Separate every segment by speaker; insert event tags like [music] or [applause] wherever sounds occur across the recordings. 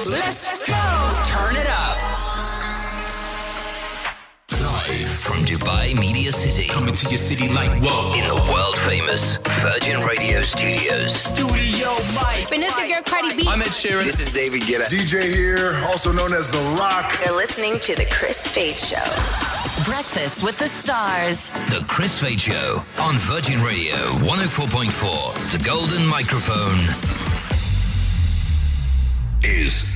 Speaker 1: Let's go. Turn it up.
Speaker 2: Live from Dubai Media City.
Speaker 3: Coming to your city like whoa.
Speaker 2: In the world famous Virgin Radio Studios.
Speaker 1: Studio Mike.
Speaker 4: And this is your Cardi B.
Speaker 2: Ed Sheeran. This is David Guetta.
Speaker 5: DJ here, also known as The Rock.
Speaker 6: You're listening to The Chris Fade Show.
Speaker 7: Breakfast with the Stars.
Speaker 2: The Chris Fade Show on Virgin Radio 104.4. The golden microphone is on.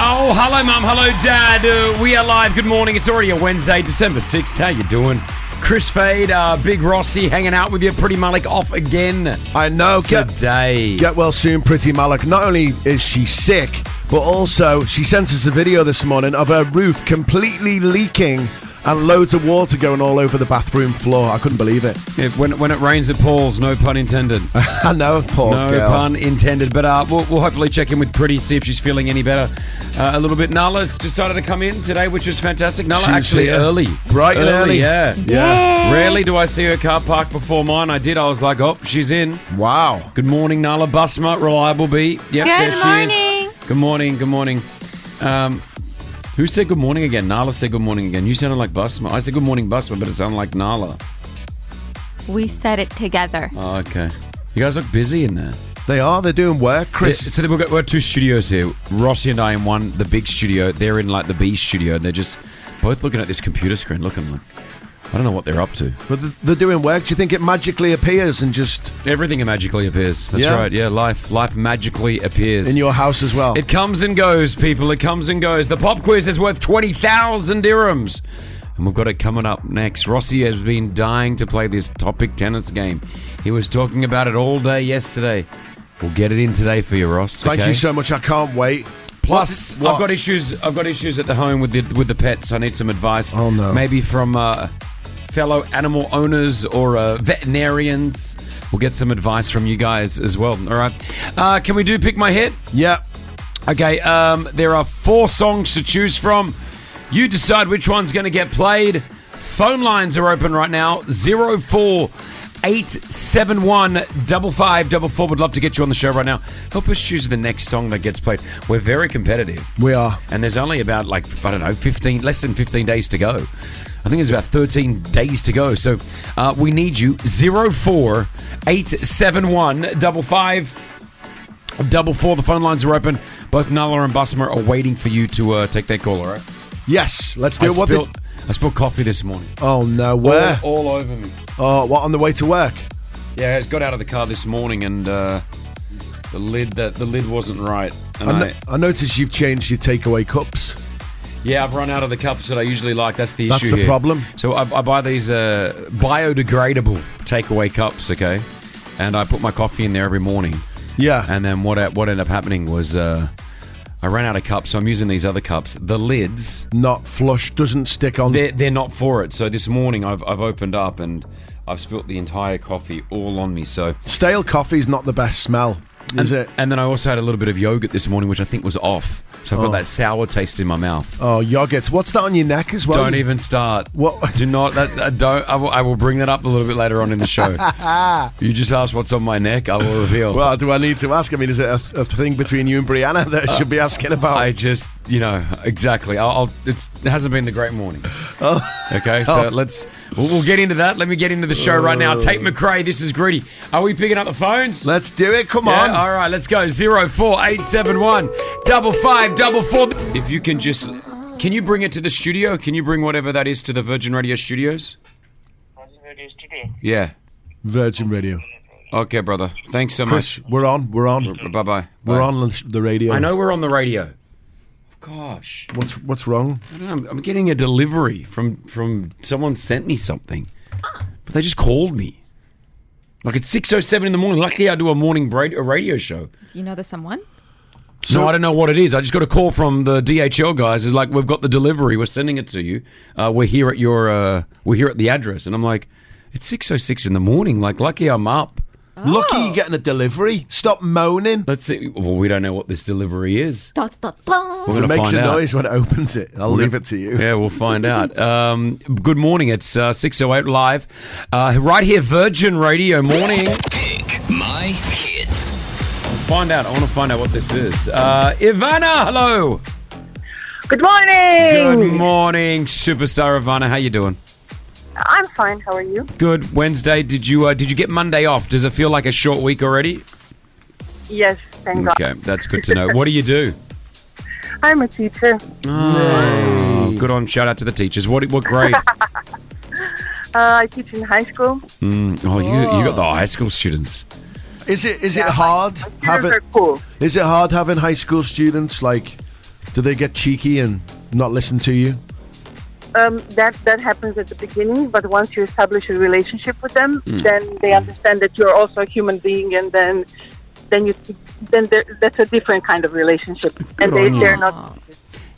Speaker 8: Oh, hello, mum. Hello, dad. Uh, we are live. Good morning. It's already a Wednesday, December 6th. How you doing? Chris Fade, uh, Big Rossi hanging out with you. Pretty Malik off again
Speaker 9: I know. Get,
Speaker 8: today.
Speaker 9: get well soon, Pretty Malik. Not only is she sick, but also she sent us a video this morning of her roof completely leaking and loads of water going all over the bathroom floor. I couldn't believe it.
Speaker 8: If- when, when it rains, it pours. No pun intended.
Speaker 9: [laughs] I know, poor
Speaker 8: no
Speaker 9: girl.
Speaker 8: pun intended. But uh, we'll, we'll hopefully check in with Pretty, see if she's feeling any better uh, a little bit. Nala's decided to come in today, which is fantastic. Nala
Speaker 9: She's
Speaker 8: actually
Speaker 9: here.
Speaker 8: early.
Speaker 9: Bright and early.
Speaker 8: Yeah.
Speaker 9: Yeah.
Speaker 8: Rarely do I see her car parked before mine. I did. I was like, oh, she's in.
Speaker 9: Wow.
Speaker 8: Good morning, Nala Busma, reliable B. Yep, good there she
Speaker 4: morning.
Speaker 8: is. Good morning, good morning. Um, who said good morning again? Nala said good morning again. You sounded like Busma. I said good morning, Busma, but it sounded like Nala.
Speaker 4: We said it together.
Speaker 8: Oh, okay. You guys look busy in there.
Speaker 9: They are. They're doing work, Chris.
Speaker 8: Yeah, so we've got, we've got two studios here. Rossi and I in one, the big studio. They're in like the B studio, and they're just both looking at this computer screen, looking like I don't know what they're up to.
Speaker 9: But th- they're doing work. Do you think it magically appears and just
Speaker 8: Everything magically appears. That's
Speaker 9: Yeah.
Speaker 8: right. Yeah, life life magically appears
Speaker 9: in your house as well?
Speaker 8: It comes and goes, people. It comes and goes. The pop quiz is worth 20,000 dirhams. And we've got it coming up next. Rossi has been dying to play this topic tennis game. He was talking about it all day yesterday. We'll get it in today for you, Ross.
Speaker 9: Thank
Speaker 8: okay?
Speaker 9: you so much. I can't wait.
Speaker 8: Plus,
Speaker 9: What-
Speaker 8: I've got issues. I've got issues at the home with the with the pets. I need some advice.
Speaker 9: Oh, no.
Speaker 8: Maybe from uh, fellow animal owners or uh, veterinarians. We'll get some advice from you guys as well. All right. Uh, can we do pick my hit?
Speaker 9: Yeah.
Speaker 8: Okay, um, there are four songs to choose from. You decide which one's going to get played. Phone lines are open right now. Zero four eight seven one double five double four. Would love to get you on the show right now. Help us choose the next song that gets played. We're very competitive,
Speaker 9: We are.
Speaker 8: and there's only about like I don't know fifteen, less than fifteen days to go. I think there's about thirteen days to go. So uh, we need you. Zero four eight seven one double five double four. The phone lines are open. Both Nala and Busmer are waiting for you to uh, take their call. All right.
Speaker 9: Yes. Let's do
Speaker 8: I
Speaker 9: it. What
Speaker 8: spilled,
Speaker 9: the-
Speaker 8: I spilled coffee this morning.
Speaker 9: oh no. Where?
Speaker 8: All, all over me.
Speaker 9: Oh, what on the way to work?
Speaker 8: Yeah, it's got out of the car this morning and uh, the lid that the lid wasn't right. And
Speaker 9: I,
Speaker 8: I,
Speaker 9: no- I noticed you've changed your takeaway cups.
Speaker 8: yeah, I've run out of the cups that I usually like. That's the
Speaker 9: That's
Speaker 8: issue.
Speaker 9: the
Speaker 8: here.
Speaker 9: problem.
Speaker 8: So I, I buy these uh, biodegradable takeaway cups. Okay, and I put my coffee in there every morning.
Speaker 9: Yeah.
Speaker 8: And then what what ended up happening was uh, I ran out of cups, so I'm using these other cups. The lids
Speaker 9: not flush doesn't stick on.
Speaker 8: they're, they're not for it. So this morning I've, I've opened up and I've spilt the entire coffee all on me. So
Speaker 9: Stale coffee's not the best smell, is it?
Speaker 8: and then I also had a little bit of yogurt this morning, which I think was off. So I've
Speaker 9: Oh.
Speaker 8: got that sour taste in my mouth.
Speaker 9: Oh, yogurt. What's that on your neck as well?
Speaker 8: don't even start.
Speaker 9: What-
Speaker 8: Do not. That, that- don't. I will, I will bring that up a little bit later on in the
Speaker 9: [laughs]
Speaker 8: show. you just asked what's on my neck. I will reveal.
Speaker 9: Well, Uh, do I need to ask? I mean, is it a, a thing between you and Brianna
Speaker 8: Uh,
Speaker 9: that I should be asking about?
Speaker 8: I just, you know, exactly. I'll, I'll, it's, it hasn't been the great morning.
Speaker 9: Oh.
Speaker 8: Okay, so let's. We'll, we'll get into that. Let me get into the show right now. Tate McRae, this is Greedy. Are we picking up the phones?
Speaker 9: Oh. Let's do it. Come on.
Speaker 8: Yeah, all right, let's go. Zero four eight seven one double five double four. If you can just, can you bring it to the studio? Can you bring whatever that is to the Virgin Radio Studios? Yeah.
Speaker 9: Virgin Radio.
Speaker 8: Okay, brother. Thanks so
Speaker 9: Chris, we're on. We're on.
Speaker 8: much. Bye bye.
Speaker 9: We're on the radio.
Speaker 8: I know we're on the radio. Gosh,
Speaker 9: What's what's wrong?
Speaker 8: I don't know. I'm getting a delivery from from someone sent me something, but they just called me. Like it's six oh seven in the morning. Luckily, I do a morning bra- a radio show.
Speaker 4: Do you know the someone?
Speaker 8: no, I don't know what it is. I just got a call from the DHL guys. It's like we've got the delivery. We're sending it to you. Uh, we're here at your. Uh, we're here at the address, and I'm like, it's six oh six in the morning. Like, lucky I'm up.
Speaker 9: Lucky you're getting a delivery. Stop moaning.
Speaker 8: Let's see. Well, we don't know what this delivery is.
Speaker 4: Da, da, da.
Speaker 8: We're
Speaker 9: It
Speaker 8: gonna
Speaker 9: makes
Speaker 8: find
Speaker 9: a
Speaker 8: out.
Speaker 9: noise when it opens it. I'll leave it to you.
Speaker 8: Yeah, we'll find out. Um, good morning. It's uh, six oh eight live, uh, right here, Virgin Radio. Morning.
Speaker 2: Pick my My hits.
Speaker 8: Find out. I want to find out what this is. Uh, Ivana, hello.
Speaker 3: Good morning.
Speaker 8: Good morning, superstar Ivana. How you doing?
Speaker 3: I'm fine. How are you?
Speaker 8: Good. Wednesday. Did you uh, did you get Monday off? Does it feel like a short week already?
Speaker 3: Yes, thank God.
Speaker 8: Okay, that's good to know. What do
Speaker 3: [laughs]
Speaker 8: you do?
Speaker 3: I'm a teacher.
Speaker 8: Oh, good on. Shout out to the teachers. What what grade?
Speaker 3: [laughs] Uh, I teach in high school.
Speaker 8: Mm, oh, you you got the high school students.
Speaker 9: Is it is it hard having
Speaker 3: Students are cool.
Speaker 9: is it hard having high school students like do they get cheeky and not listen to you?
Speaker 3: Um, that that happens at the beginning, but once you establish a relationship with them,
Speaker 8: Hmm.
Speaker 3: then they understand that you're also a human being, and then then you then there- that's a different kind of relationship, and they
Speaker 8: on you.
Speaker 3: they're not.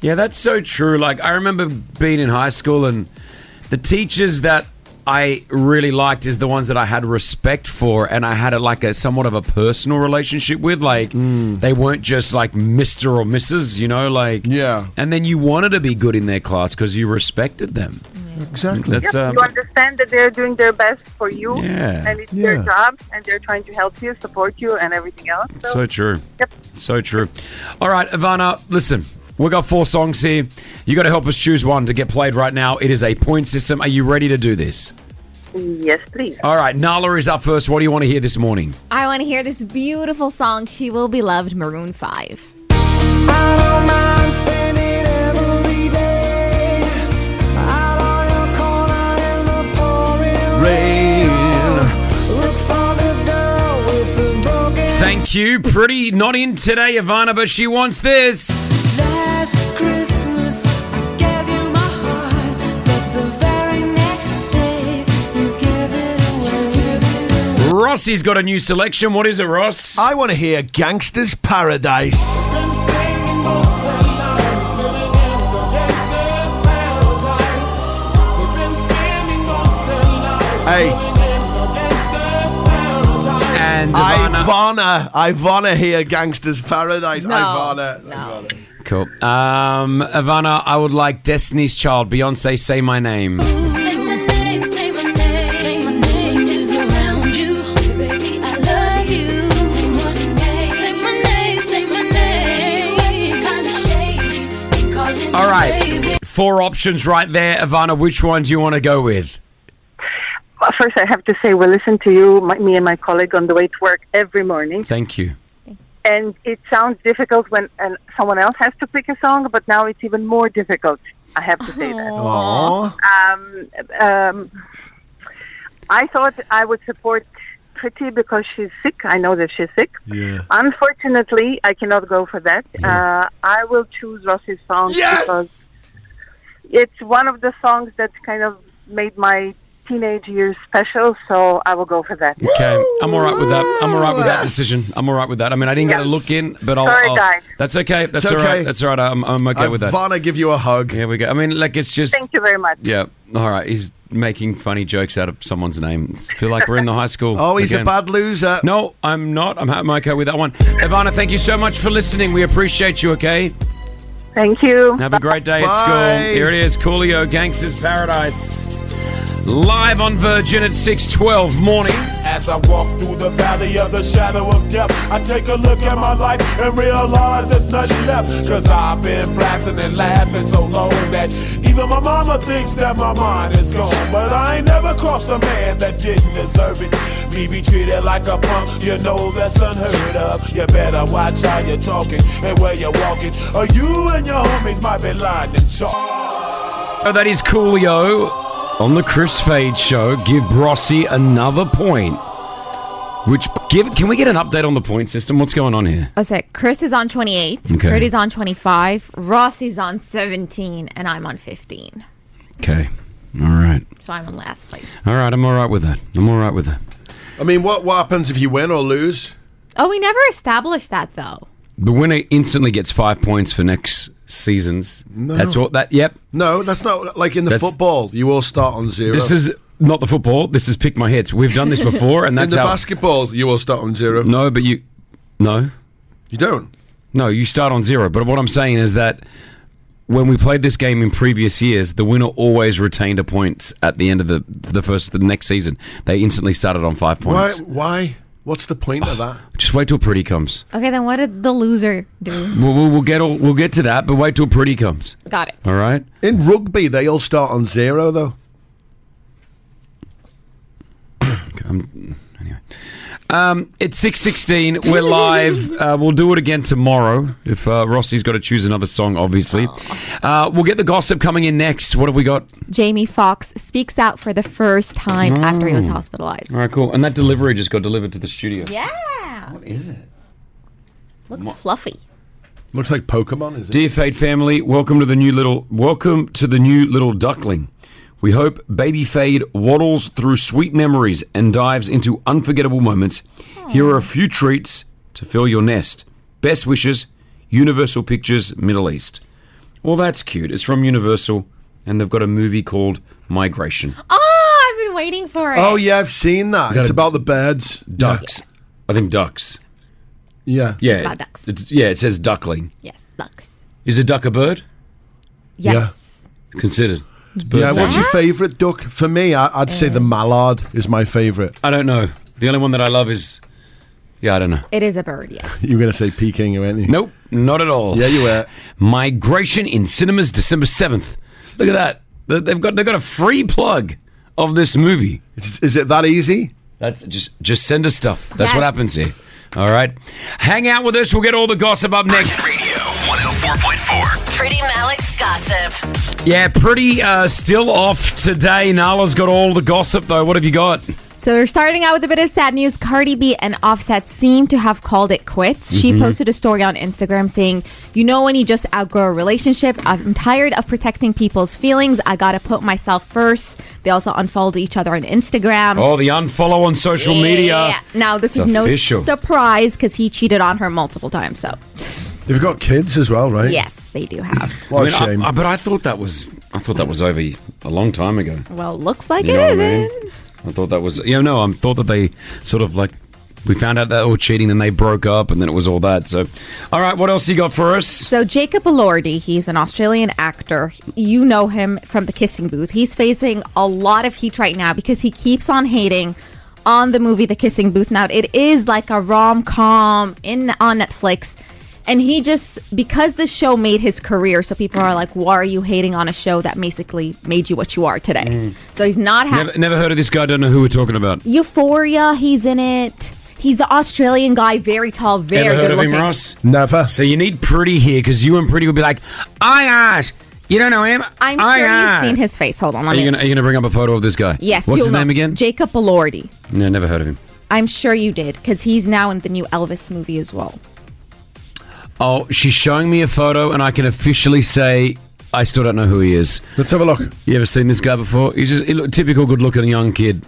Speaker 8: Yeah, that's so true. Like I remember being in high school and the teachers that I really liked is the ones that I had respect for and I had a, like a somewhat of a personal relationship with like
Speaker 9: Mm.
Speaker 8: they weren't just like Mr. or Mrs., you know, like
Speaker 9: Yeah.
Speaker 8: And then you wanted to be good in their class cuz you respected them.
Speaker 9: Exactly.
Speaker 8: That's um,
Speaker 3: you understand that they're doing their best for you,
Speaker 8: Yeah.
Speaker 3: and it's their
Speaker 9: Yeah.
Speaker 3: job, and they're trying to help you, support you, and everything else.
Speaker 8: So true.
Speaker 3: Yep.
Speaker 8: So true. All right, Ivana, listen. We got four songs here. You got to help us choose one to get played right now. It is a point system. Are you ready to do this?
Speaker 3: yes, please.
Speaker 8: All right, Nala is up first. What do you want to hear this morning?
Speaker 4: I want to hear this beautiful song, She Will Be Loved, Maroon 5.
Speaker 9: Rain.
Speaker 8: Thank you. Pretty not in today, Ivana, but she wants this. Rossi's got a new selection. What is it, Ross?
Speaker 9: I want to hear Gangster's Paradise. Hey,
Speaker 8: and Ivana.
Speaker 9: Ivana. Ivana here, Gangster's Paradise.
Speaker 4: No,
Speaker 9: Ivana.
Speaker 4: no.
Speaker 9: Ivana.
Speaker 8: cool. Um, Ivana, I would like Destiny's Child, Beyonce, Say My Name. All right. Four options right there, Ivana. Which one do you want to go with?
Speaker 3: Well, First, I have to say we listen to you, my, me and my colleague, on the way to work every morning,
Speaker 8: Thank you.
Speaker 3: and it sounds difficult when and someone else has to pick a song, but now it's even more difficult. I have to say that.
Speaker 9: Aw.
Speaker 3: Um, um, I thought I would support Pretty because she's sick. I know that she's sick.
Speaker 9: Yeah.
Speaker 3: Unfortunately, I cannot go for that. Uh, I will choose Rossi's song
Speaker 9: Yes!
Speaker 3: because it's one of the songs that kind of made my teenage years special. So I will go for that.
Speaker 8: Okay, I'm all right with that. I'm all right with that decision. I'm all right with that. I mean, I didn't get a
Speaker 3: Yes.
Speaker 8: look in, but I'll.
Speaker 3: Sorry,
Speaker 8: I'll-
Speaker 3: guys.
Speaker 8: That's okay. That's
Speaker 9: It's
Speaker 8: all right.
Speaker 9: okay.
Speaker 8: That's all right. I'm, I'm okay with that.
Speaker 9: Ivana, give you a hug.
Speaker 8: Here we go. I mean, like it's just.
Speaker 3: Thank you very much.
Speaker 8: Yeah. All right. He's making funny jokes out of someone's name. It's feel like we're in the high school.
Speaker 9: [laughs] Oh, he's
Speaker 8: again.
Speaker 9: a bad loser.
Speaker 8: No, I'm not. I'm, I'm okay with that one. Ivana, thank you so much for listening. We appreciate you. Okay.
Speaker 3: Thank you.
Speaker 8: Have a great day at
Speaker 9: Bye.
Speaker 8: school. Here it is, Coolio Gangsters Paradise, live on Virgin at six twelve morning.
Speaker 10: As I walk through the valley of the shadow of death, I take a look at my life and realize there's nothing left. Cause I've been blasting and laughing so long that even my mama thinks that my mind is gone. But I ain't never crossed a man that didn't deserve it. Me be treated like a punk, you know that's unheard of. You better watch how you're talking and where you're walking, or you and your homies might be lying and chalk.
Speaker 8: Oh, that is Coolio on the Chris Fade Show. Give Rossi another point. Which give? Can we get an update on the point system? What's going on here?
Speaker 4: I said Chris is on 28,
Speaker 8: Okay.
Speaker 4: Curtis on 25, Ross is on 17, and I'm on 15.
Speaker 8: Okay. All right.
Speaker 4: So I'm in last place.
Speaker 8: All right. I'm all right with that. I'm all right with that.
Speaker 9: I mean, what, what happens if you win or lose?
Speaker 4: Oh, we never established that though.
Speaker 8: The winner instantly gets five points for next season's. That's what that. Yep.
Speaker 9: No, that's not like in the
Speaker 8: That's-
Speaker 9: football. You all start on zero.
Speaker 8: This is not the football. This is pick my hits. We've done [laughs] this before, and
Speaker 9: in
Speaker 8: that's
Speaker 9: the
Speaker 8: how.
Speaker 9: basketball. You all start on zero.
Speaker 8: no, but you. No.
Speaker 9: you don't.
Speaker 8: No, you start on zero. But what I'm saying is that when we played this game in previous years, the winner always retained a point at the end of the the first the next season. They instantly started on five
Speaker 9: Why?
Speaker 8: points.
Speaker 9: Why? What's the point of that?
Speaker 8: Just wait till pretty comes.
Speaker 4: Okay, then what did the loser do?
Speaker 8: We'll, we'll, we'll get all, we'll get to that, but wait till pretty comes.
Speaker 4: Got it.
Speaker 8: [sighs] All right.
Speaker 9: In rugby, they all start on zero, though.
Speaker 8: Um, anyway, um, it's six sixteen. We're live. Uh, we'll do it again tomorrow. If uh, Rossi's got to choose another song, obviously, uh, we'll get the gossip coming in next. What have we got?
Speaker 4: Jamie Foxx speaks out for the first time after he was
Speaker 8: Oh.
Speaker 4: hospitalized.
Speaker 8: Mm. All right, cool. And that delivery just got delivered to the studio.
Speaker 4: Yeah,
Speaker 8: What is it?
Speaker 4: looks fluffy.
Speaker 9: Looks like Pokemon, is it?
Speaker 8: Dear Fate family, welcome to the new little welcome to the new little duckling. We hope baby Fade waddles through sweet memories and dives into unforgettable moments. Here are a few treats to fill your nest. Best wishes, Universal Pictures Middle East. Well, that's cute. It's from Universal and they've got a movie called Migration.
Speaker 4: Oh, I've been waiting for it.
Speaker 9: Oh yeah, I've seen that.
Speaker 8: that
Speaker 9: it's
Speaker 8: a-
Speaker 9: about the birds.
Speaker 8: Ducks. I think ducks.
Speaker 9: Yeah.
Speaker 8: Yeah.
Speaker 4: about ducks.
Speaker 8: It's, yeah, it says duckling.
Speaker 4: yes, ducks.
Speaker 8: Is a duck a bird?
Speaker 4: Yes.
Speaker 8: Considered. It's bird
Speaker 9: Yeah, what's
Speaker 8: fact.
Speaker 9: your favourite duck? For me, I, I'd say the mallard is my favourite.
Speaker 8: I don't know. The only one that I love is yeah, I don't know.
Speaker 4: It is a bird. Yes.
Speaker 9: You were going to say Peking, weren't you?
Speaker 8: Nope, not at all.
Speaker 9: Yeah, you were.
Speaker 8: Migration in cinemas December 7th. Look at that. They- They've got they've got a free plug of this movie.
Speaker 9: Is, is it that easy?
Speaker 8: That's just just send us stuff. That's what
Speaker 4: Yes.
Speaker 8: happens here. All right. Hang out with us. We'll get all the gossip up next.
Speaker 2: Radio 104.4.
Speaker 7: Pretty Malik's gossip.
Speaker 8: Yeah, pretty uh, still off today. Nala's got all the gossip though. What have you got?
Speaker 4: So we're starting out with a bit of sad news. Cardi B and Offset seem to have called it quits. She
Speaker 8: Mm-hmm.
Speaker 4: posted a story on Instagram saying, "You know when you just outgrow a relationship. I'm tired of protecting people's feelings. I gotta put myself first. They also unfollowed each other on Instagram.
Speaker 8: Oh, the unfollow on social media.
Speaker 4: Um, Yeah. Now this
Speaker 8: It's
Speaker 4: is no
Speaker 8: official.
Speaker 4: surprise because he cheated on her multiple times. So
Speaker 9: They've got kids as well, right?
Speaker 4: yes, they do have.
Speaker 9: What a
Speaker 8: I mean,
Speaker 9: shame.
Speaker 8: I- I- but I thought that was I thought that was over a long time ago.
Speaker 4: well, looks like
Speaker 8: You know
Speaker 4: it
Speaker 8: what I mean?
Speaker 4: isn't.
Speaker 8: I thought that was yeah no I thought that they sort of like we found out that they were cheating then they broke up and then it was all that so all right what else you got for us
Speaker 4: So Jacob Elordi, he's an Australian actor. You know him from The Kissing Booth. He's facing a lot of heat right now because he keeps on hating on the movie The Kissing Booth. Now it is like a rom com in on Netflix. And he just because the show made his career, so people are like, "Why are you hating on a show that basically made you what you are today?" So he's not happy.
Speaker 8: Mm. never, never heard of this guy don't know who we're talking about
Speaker 4: Euphoria, he's in it. He's the Australian guy, very tall, very
Speaker 8: ever heard
Speaker 4: good
Speaker 8: of him
Speaker 4: looking.
Speaker 8: Ross
Speaker 9: Never.
Speaker 8: so you need pretty here because you and pretty will be like I ask you don't know him
Speaker 4: I'm
Speaker 8: I
Speaker 4: sure
Speaker 8: ask."
Speaker 4: you've seen his [laughs] face. Hold on,
Speaker 8: are
Speaker 4: let
Speaker 8: you
Speaker 4: me.
Speaker 8: gonna are you gonna bring up a photo of this guy
Speaker 4: yes,
Speaker 8: what's
Speaker 4: you'll
Speaker 8: his
Speaker 4: know.
Speaker 8: name again
Speaker 4: Jacob Elordi.
Speaker 8: no never heard of him
Speaker 4: I'm sure you did because he's now in the new Elvis movie as well.
Speaker 8: oh she's showing me a photo and I can officially say I still don't know who he is
Speaker 9: Let's have a look.
Speaker 8: you ever seen this guy before he's just he look, typical good looking young kid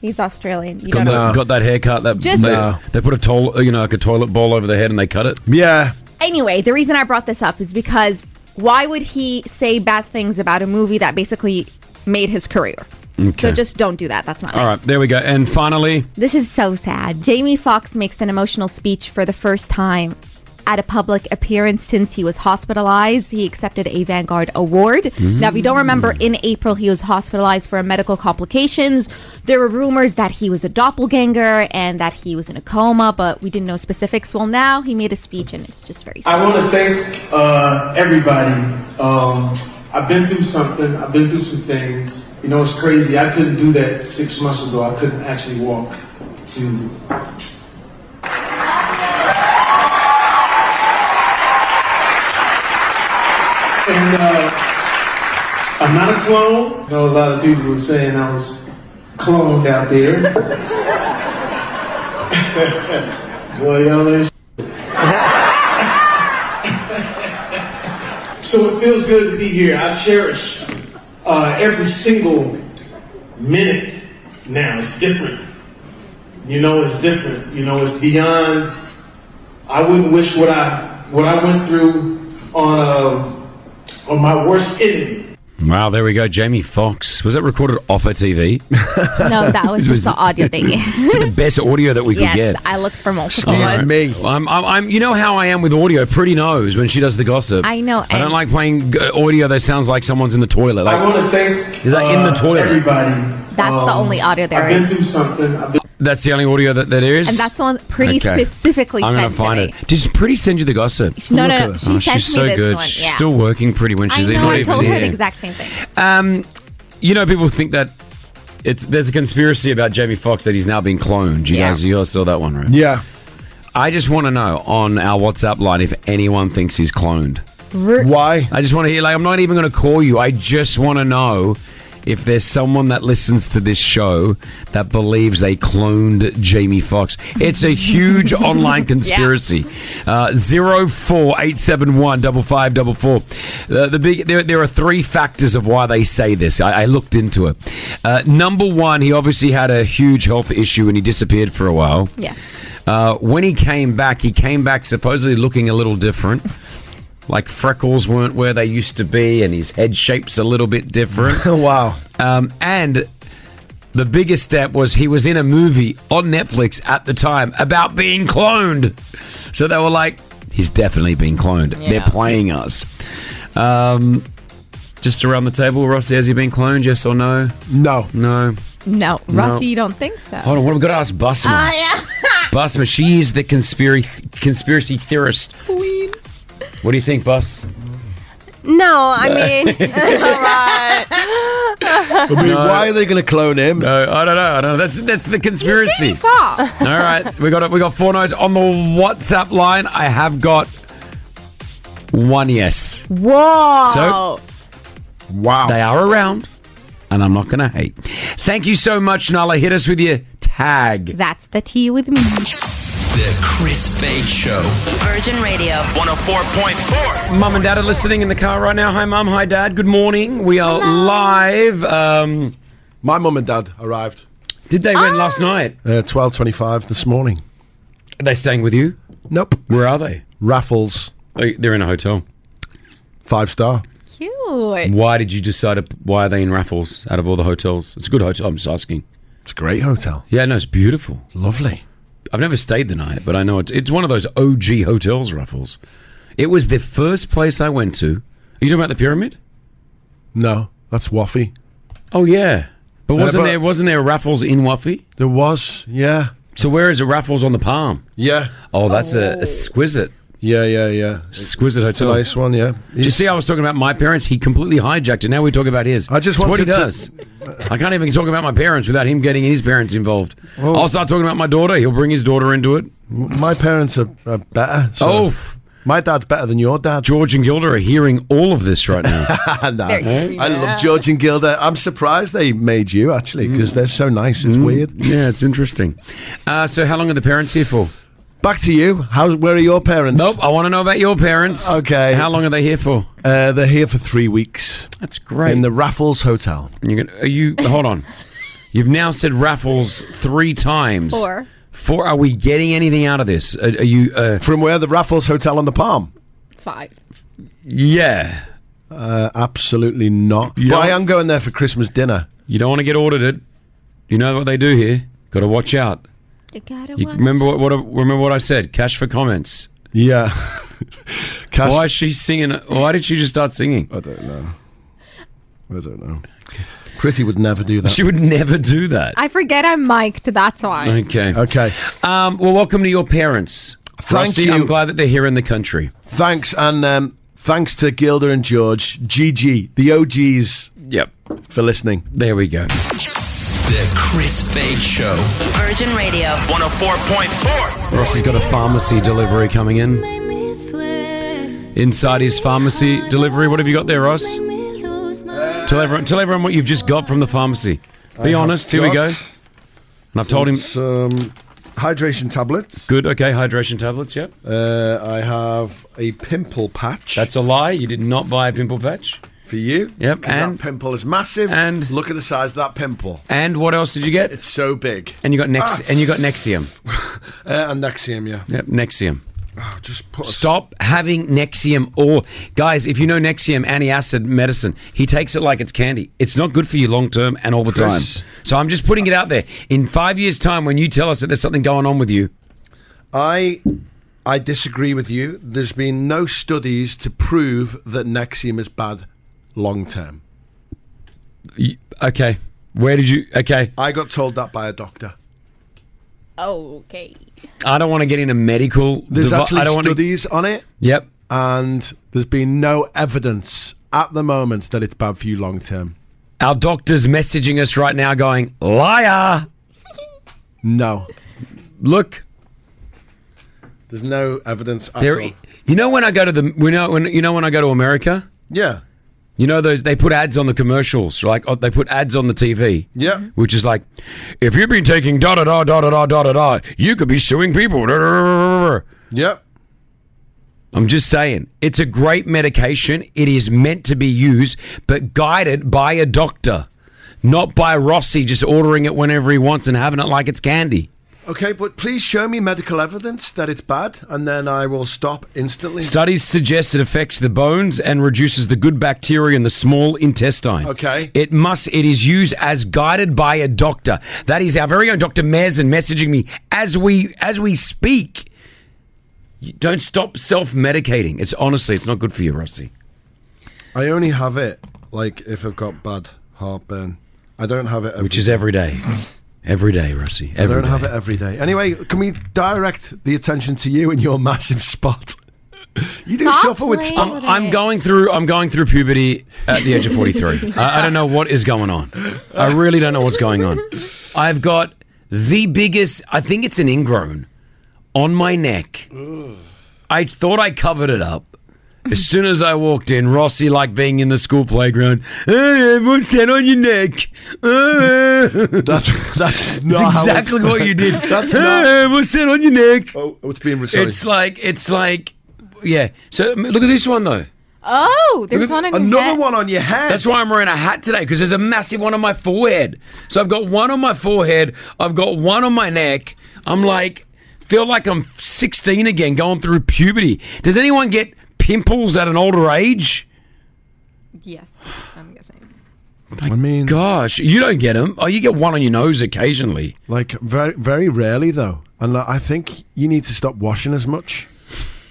Speaker 4: He's Australian. You
Speaker 8: Got,
Speaker 4: don't know.
Speaker 8: that, got that haircut. That
Speaker 4: Just-
Speaker 8: they,
Speaker 4: No.
Speaker 8: they put a toilet, you know, like a toilet bowl over the head and they cut it.
Speaker 9: Yeah.
Speaker 4: Anyway, the reason I brought this up is because why would he say bad things about a movie that basically made his career? So just don't do that. That's not
Speaker 8: All
Speaker 4: nice.
Speaker 8: right, there we go. And finally,
Speaker 4: This is so sad. Jamie Foxx makes an emotional speech for the first time at a public appearance since he was hospitalized. He accepted a Vanguard Award. Now, if you don't remember,
Speaker 8: Mm.
Speaker 4: in April he was hospitalized for medical complications. There were rumors that he was a doppelganger and that he was in a coma, but we didn't know specifics. Well, now he made a speech and it's just very sad.
Speaker 11: I want to thank uh, everybody. Um, I've been through something. I've been through some things. You know, it's crazy. I couldn't do that six months ago. I couldn't actually walk to. And uh, I'm not a clone. I know a lot of people were saying I was cloned out there. [laughs] Boy, y'all ain't So it feels good to be here. I cherish uh, every single minute now. It's different. You know, it's different. You know, it's beyond. I wouldn't wish what I what I went through on uh, on my worst enemy.
Speaker 8: wow, there we go. Jamie Fox was that recorded off
Speaker 4: [laughs]
Speaker 8: a TV?
Speaker 4: No, that
Speaker 8: [laughs]
Speaker 4: was just the audio thing.
Speaker 8: Is it
Speaker 4: [laughs]
Speaker 8: the best audio that we could
Speaker 4: yes,
Speaker 8: get?
Speaker 4: I looked for multiple.
Speaker 8: All
Speaker 9: Excuse
Speaker 4: ones.
Speaker 9: me.
Speaker 8: I'm, I'm, I'm, you know how I am with audio. Pretty knows when she does the gossip.
Speaker 4: I know,
Speaker 8: I don't
Speaker 4: and-
Speaker 8: like playing uh, audio that sounds like someone's in the toilet.
Speaker 11: I
Speaker 8: Like,
Speaker 11: want to thank
Speaker 8: Is that in the
Speaker 11: uh,
Speaker 8: toilet?
Speaker 11: everybody.
Speaker 4: That's the only audio there
Speaker 11: Oh, I've been
Speaker 4: is.
Speaker 11: through something. I've been
Speaker 8: That's the only audio that, that there is?
Speaker 4: And that's the one pretty
Speaker 8: Okay.
Speaker 4: specifically
Speaker 8: I'm gonna
Speaker 4: sent to
Speaker 8: find
Speaker 4: me.
Speaker 8: it. Did Pretty send you the gossip?
Speaker 4: No, no, no, she
Speaker 8: Oh,
Speaker 4: sent
Speaker 8: she's
Speaker 4: me
Speaker 8: so
Speaker 4: this
Speaker 8: good.
Speaker 4: one,
Speaker 8: She's
Speaker 4: yeah.
Speaker 8: still working pretty when she's
Speaker 4: I know,
Speaker 8: not
Speaker 4: I
Speaker 8: even
Speaker 4: told her the
Speaker 8: here.
Speaker 4: exact same thing.
Speaker 8: Um, you know, people think that it's there's a conspiracy about Jamie Foxx that he's now being cloned. You
Speaker 4: Yeah.
Speaker 8: guys, you guys saw that one, right?
Speaker 9: Yeah.
Speaker 8: I just want to know on our WhatsApp line if anyone thinks he's cloned.
Speaker 9: Why?
Speaker 8: I just want to hear. Like, I'm not even going to call you. I just want to know if there's someone that listens to this show that believes they cloned Jamie Foxx. It's a huge online conspiracy. Uh, Zero four eight seven one double five double four. Uh, The big there, there are three factors of why they say this. I, I looked into it. Uh, number one, he obviously had a huge health issue and he disappeared for a while.
Speaker 4: Yeah.
Speaker 8: Uh, when he came back, he came back supposedly looking a little different. Like freckles weren't where they used to be, and his head shape's a little bit different.
Speaker 9: [laughs] wow.
Speaker 8: Um, and the biggest step was he was in a movie on Netflix at the time about being cloned. So they were like, he's definitely been cloned. They're
Speaker 12: Yeah.
Speaker 8: playing us. Um, just around the table, Rossi, has he been cloned? Yes or no?
Speaker 9: No.
Speaker 8: No.
Speaker 4: No,
Speaker 8: No.
Speaker 4: Rossi, you don't think so?
Speaker 8: Hold on, what have we got to ask Busman?
Speaker 4: Ah, yeah. [laughs]
Speaker 8: Busman, she is the conspiracy conspiracy theorist. Queen. What do you think, Bus?
Speaker 13: No, I mean, [laughs]
Speaker 9: I mean, why are they going to clone him?
Speaker 8: No, I don't know. I don't know. That's that's the conspiracy. All
Speaker 4: [laughs]
Speaker 8: right, we got it. We got four no's on the WhatsApp line. I have got one yes.
Speaker 4: Whoa.
Speaker 8: So,
Speaker 9: wow,
Speaker 8: they are around, and I'm not going to hate. Thank you so much, Nala. Hit us with your tag.
Speaker 4: That's the tea with me.
Speaker 2: The Chris Fade Show.
Speaker 7: Virgin Radio.
Speaker 2: 104.4.
Speaker 8: Mum and Dad are listening in the car right now. Hi, Mum. Hi, Dad. Good morning. We are live. Um,
Speaker 9: My mum and dad arrived.
Speaker 8: Did they win last night?
Speaker 9: Uh, Twelve twenty-five this morning.
Speaker 8: Are they staying with you?
Speaker 9: Nope.
Speaker 8: Where are they?
Speaker 9: Raffles.
Speaker 8: Oh, they're in a hotel.
Speaker 9: Five star.
Speaker 4: Cute.
Speaker 8: Why did you decide? To, why are they in Raffles out of all the hotels? It's a good hotel. I'm just asking.
Speaker 9: It's a great hotel.
Speaker 8: Yeah, no, it's beautiful.
Speaker 9: Lovely.
Speaker 8: I've never stayed the night, but I know it's it's one of those OG hotels, Raffles. It was the first place I went to. Are you talking about the pyramid?
Speaker 9: No, that's Waffy.
Speaker 8: Oh yeah, but
Speaker 9: Uh,
Speaker 8: wasn't
Speaker 9: but-
Speaker 8: there wasn't there a Raffles in Waffy?
Speaker 9: There was, yeah.
Speaker 8: So where is a Raffles on the Palm?
Speaker 9: Yeah.
Speaker 8: Oh, that's a exquisite.
Speaker 9: Yeah, yeah, yeah.
Speaker 8: Exquisite
Speaker 9: It's a
Speaker 8: hotel.
Speaker 9: nice one, yeah.
Speaker 8: Do you see, I was talking about my parents. He completely hijacked it. Now we talk about his. I
Speaker 9: just
Speaker 8: what he does.
Speaker 9: wanted
Speaker 8: I can't even talk about my parents without him getting his parents involved. I'll start talking about my daughter. He'll bring his daughter into it.
Speaker 9: My parents are, are better. so-
Speaker 8: Oh.
Speaker 9: My dad's better than your dad.
Speaker 8: George and Gilda are hearing all of this right
Speaker 9: [laughs]
Speaker 8: now.
Speaker 9: no.
Speaker 8: They're-
Speaker 9: I
Speaker 8: yeah.
Speaker 9: love George and Gilda. I'm surprised they made you, actually, because they're so nice. It's weird.
Speaker 8: Mm. Yeah, it's interesting. Uh, so, how long are the parents here for?
Speaker 9: Back to you. How, where are your parents?
Speaker 8: Nope, I want to know about your parents.
Speaker 9: Okay.
Speaker 8: How long are they here for?
Speaker 9: Uh, they're here for three weeks.
Speaker 8: That's great.
Speaker 9: In the Raffles Hotel.
Speaker 8: And you're gonna, are you? Hold
Speaker 9: [laughs]
Speaker 8: on. You've now said raffles three times.
Speaker 4: Four.
Speaker 8: Four. Are we getting anything out of this? Are, are you? Uh,
Speaker 9: From where? The Raffles Hotel on the Palm?
Speaker 4: Five.
Speaker 8: Yeah.
Speaker 9: Uh, absolutely not.
Speaker 8: You
Speaker 9: but I
Speaker 8: don't-
Speaker 9: am going there for Christmas dinner.
Speaker 8: You don't want to get audited. You know what they do here. Got to watch out.
Speaker 4: You gotta
Speaker 8: You
Speaker 4: watch.
Speaker 8: remember what, what? I- Remember what I said. Cash for comments.
Speaker 9: Yeah. [laughs] Cash-
Speaker 8: Why is she singing? Why did she just start singing?
Speaker 9: I don't know. I don't know. Pretty would never do that.
Speaker 8: She would never do that.
Speaker 4: I forget I'm mic'd, that's why.
Speaker 8: Okay.
Speaker 9: Okay.
Speaker 8: Um, well, welcome to your parents.
Speaker 9: Thank
Speaker 8: Rossi,
Speaker 9: you.
Speaker 8: I'm glad that they're here in the country.
Speaker 9: Thanks, and um, thanks to Gilda and George, GG, the OGs.
Speaker 8: Yep.
Speaker 9: For listening.
Speaker 8: There we go.
Speaker 2: The Chris Fade Show.
Speaker 7: Virgin Radio.
Speaker 2: 104.4.
Speaker 8: Rossi's got a pharmacy delivery coming in. Inside his pharmacy delivery, what have you got there, Ross? Tell everyone, tell everyone what you've just got from the pharmacy. Be honest. Here we go. And I've told him.
Speaker 9: some hydration tablets.
Speaker 8: Good. Okay. Hydration tablets. Yep.
Speaker 9: Uh, I have a pimple patch
Speaker 8: That's a lie. You did not buy a pimple patch.
Speaker 9: for you.
Speaker 8: Yep.
Speaker 9: 'Cause
Speaker 8: And
Speaker 9: that pimple is massive. And look at the size of that pimple.
Speaker 8: and what else did you get?
Speaker 9: It's so big.
Speaker 8: And you got nex
Speaker 9: Ah.
Speaker 8: and you got Nexium.
Speaker 9: Uh, and Nexium, yeah.
Speaker 8: Yep. Nexium.
Speaker 9: Oh, just put. A,
Speaker 8: Stop having Nexium or guys, if you know Nexium antacid medicine, he takes it like it's candy. It's not good for you long term and all the
Speaker 9: Chris.
Speaker 8: time. So I'm just putting it out there. In five years' time, when you tell us that there's something going on with you,
Speaker 9: I. I disagree with you. There's been no studies to prove that Nexium is bad long term.
Speaker 8: y- okay. Where did you okay.
Speaker 9: I got told that by a doctor.
Speaker 4: Okay.
Speaker 8: I don't want to get into medical.
Speaker 9: There's
Speaker 8: devi-
Speaker 9: actually
Speaker 8: I don't want to.
Speaker 9: studies on it.
Speaker 8: Yep.
Speaker 9: And there's been no evidence at the moment that it's bad for you long term.
Speaker 8: Our doctor's messaging us right now going, liar.
Speaker 9: No.
Speaker 8: Look.
Speaker 9: There's no evidence at
Speaker 8: There,
Speaker 9: all.
Speaker 8: you know when I go to the, you know when you know when I go to America,
Speaker 9: Yeah.
Speaker 8: you know those they put ads on the commercials, like oh, they put ads on the TV.
Speaker 9: Yeah.
Speaker 8: which is like, if you've been taking da da da da da da da da da, you could be suing people. Da, da, da, da, da.
Speaker 9: Yep.
Speaker 8: I'm just saying, it's a great medication. It is meant to be used, but guided by a doctor, not by Rossi just ordering it whenever he wants and having it like it's candy.
Speaker 9: Okay, but please show me medical evidence that it's bad, and then I will stop instantly.
Speaker 8: Studies suggest it affects the bones and reduces the good bacteria in the small intestine.
Speaker 9: Okay.
Speaker 8: It must it is used as guided by a doctor. That is our very own Dr. Mezen messaging me as we as we speak. You don't stop self-medicating. It's honestly it's not good for you, Rossi.
Speaker 9: I only have it like if I've got bad heartburn. I don't have it, every,
Speaker 8: Which is every day. Every day, Rossi.
Speaker 9: I
Speaker 8: Every
Speaker 9: don't
Speaker 8: day.
Speaker 9: have it every day. Anyway, can we direct the attention to you and your massive spot? You do
Speaker 8: Stop
Speaker 9: suffer with
Speaker 8: playing
Speaker 9: spots.
Speaker 8: with I'm going through I'm going through puberty at the age of [laughs] 43. I, I don't know what is going on. I really don't know what's going on. I've got the biggest I think it's an ingrown on my neck. I thought I covered it up. As soon as I walked in, Rossi, like being in the school playground, "Hey, what's that on your neck? that's
Speaker 9: that's
Speaker 8: it's exactly what you [laughs] did.
Speaker 9: That's
Speaker 8: "Hey, what's that on your neck?
Speaker 9: Oh, it's being
Speaker 8: It's like it's like yeah. So m- look at this one though.
Speaker 4: Oh, there's one on your head.
Speaker 9: on your head.
Speaker 8: That's why I'm wearing a hat today because there's a massive one on my forehead. So I've got one on my forehead. I've got one on my neck. I'm like feel like I'm 16 again, going through puberty. Does anyone get pimples at an older age?
Speaker 4: Yes, I'm guessing.
Speaker 9: I mean,
Speaker 8: gosh, you don't get them. Oh, you get one on your nose occasionally.
Speaker 9: Like very, very rarely though, and like, I think you need to stop washing as much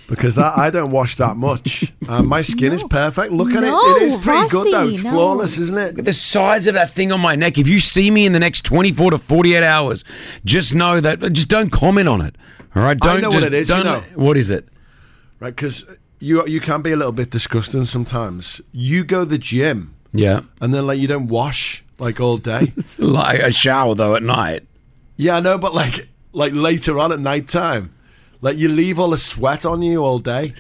Speaker 9: because that I don't wash
Speaker 8: [laughs]
Speaker 9: that much. Uh, my skin is perfect. Look at
Speaker 8: No,
Speaker 9: it; it is pretty good though.
Speaker 8: Rossi,
Speaker 9: It's
Speaker 8: no.
Speaker 9: flawless, isn't it?
Speaker 8: Look at the size of that thing on my neck. If you see me in the next 24 to 48 hours, just know that. Just don't comment on it. All right. Don't
Speaker 9: I know
Speaker 8: just,
Speaker 9: what it is. you
Speaker 8: Don't,
Speaker 9: know.
Speaker 8: What is it?
Speaker 9: Right, because you you can be a little bit disgusting sometimes. You go to the gym,
Speaker 8: Yeah.
Speaker 9: and then like you don't wash like
Speaker 8: [laughs]
Speaker 9: all day.
Speaker 8: like a shower though at night.
Speaker 9: Yeah, I know, but like like later on at night time, like you leave all the sweat on you all day.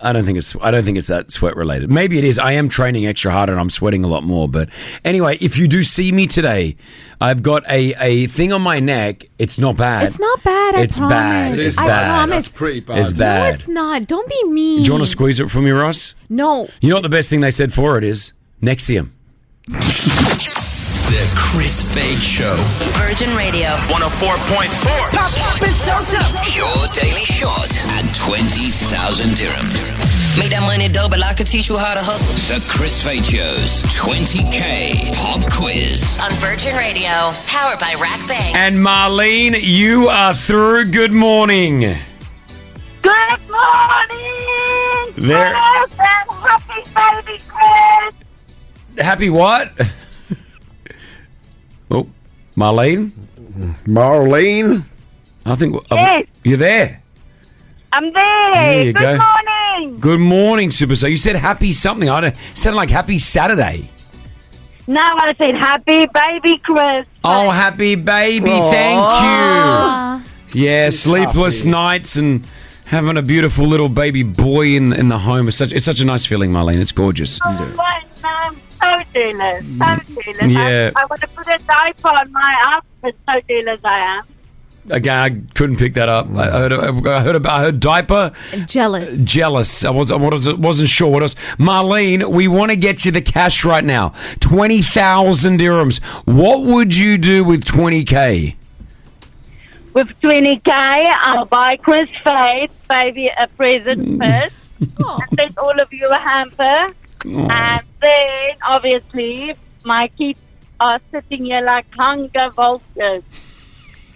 Speaker 8: I don't think it's I don't think it's that sweat related. Maybe it is. I am training extra hard and I'm sweating a lot more. But anyway, if you do see me today, I've got a, a thing on my neck. It's not bad.
Speaker 4: It's not bad. I
Speaker 8: it's
Speaker 4: promise.
Speaker 8: bad. It's
Speaker 4: I
Speaker 8: bad.
Speaker 4: promise.
Speaker 8: It's
Speaker 4: No,
Speaker 8: bad.
Speaker 4: it's not. Don't be mean.
Speaker 8: Do you want to squeeze it for me, Ross?
Speaker 4: No.
Speaker 8: You know what the best thing they said for it is? Nexium.
Speaker 2: The Chris Fade Show.
Speaker 7: Virgin Radio.
Speaker 2: 104.4. Your daily shot at 20,000 dirhams.
Speaker 6: Make that money double. I could teach you how to hustle.
Speaker 2: The Chris Fade Show's 20K Pop Quiz.
Speaker 7: On Virgin Radio. Powered by Rack Bank.
Speaker 8: And Marlene, you are through. Good morning.
Speaker 12: Good morning!
Speaker 8: There-
Speaker 12: Yes, and happy baby Chris!
Speaker 8: Happy what? [laughs] oh, Marlene?
Speaker 9: Marlene?
Speaker 8: I think
Speaker 12: Yes.
Speaker 8: you're there.
Speaker 12: I'm there!
Speaker 8: There you
Speaker 12: Good
Speaker 8: go.
Speaker 12: morning!
Speaker 8: Good morning, Super Star. You said happy something. I don't sounded like happy Saturday.
Speaker 12: Now I said happy baby Chris!
Speaker 8: Oh, happy baby.
Speaker 12: Aw.
Speaker 8: Thank you. Yeah, sleepless nights and having a beautiful little baby boy in in the home. It's such it's such a nice feeling, Marlene. It's gorgeous.
Speaker 12: Right now I'm Oh, so jealous, so jealous.
Speaker 8: Mm. Yeah.
Speaker 12: I, I want to put a diaper on my outfit, so jealous I am.
Speaker 8: Again, I couldn't pick that up. I heard I heard about I heard diaper.
Speaker 4: Jealous.
Speaker 8: Jealous. I was I was- wasn't sure what else. Marlene, we want to get you the cash right now. Twenty thousand dirhams. What would you do with twenty k?
Speaker 12: With 20k, I'll buy Chris Faith, baby, a present first. and send all of you a hamper. And then, obviously, my kids are sitting here like hunger vultures.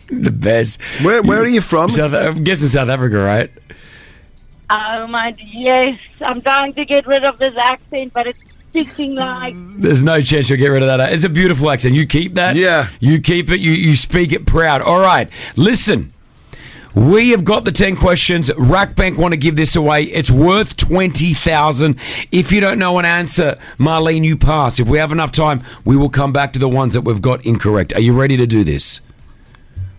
Speaker 8: The best.
Speaker 9: Where Where are you from?
Speaker 8: South, I'm guessing South Africa, right?
Speaker 12: Oh my, yes. I'm trying to get rid of this accent, but it's thinking like,
Speaker 8: There's no chance you'll get rid of that. It's a beautiful accent. You keep that. Yeah. You keep it. You, you speak it proud. All right. Listen, we have got the 10 questions. Rackbank want to give this away. It's worth 20,000. If you don't know an answer, Marlene, you pass. If we have enough time, we will come back to the ones that we've got incorrect. Are you ready to do this?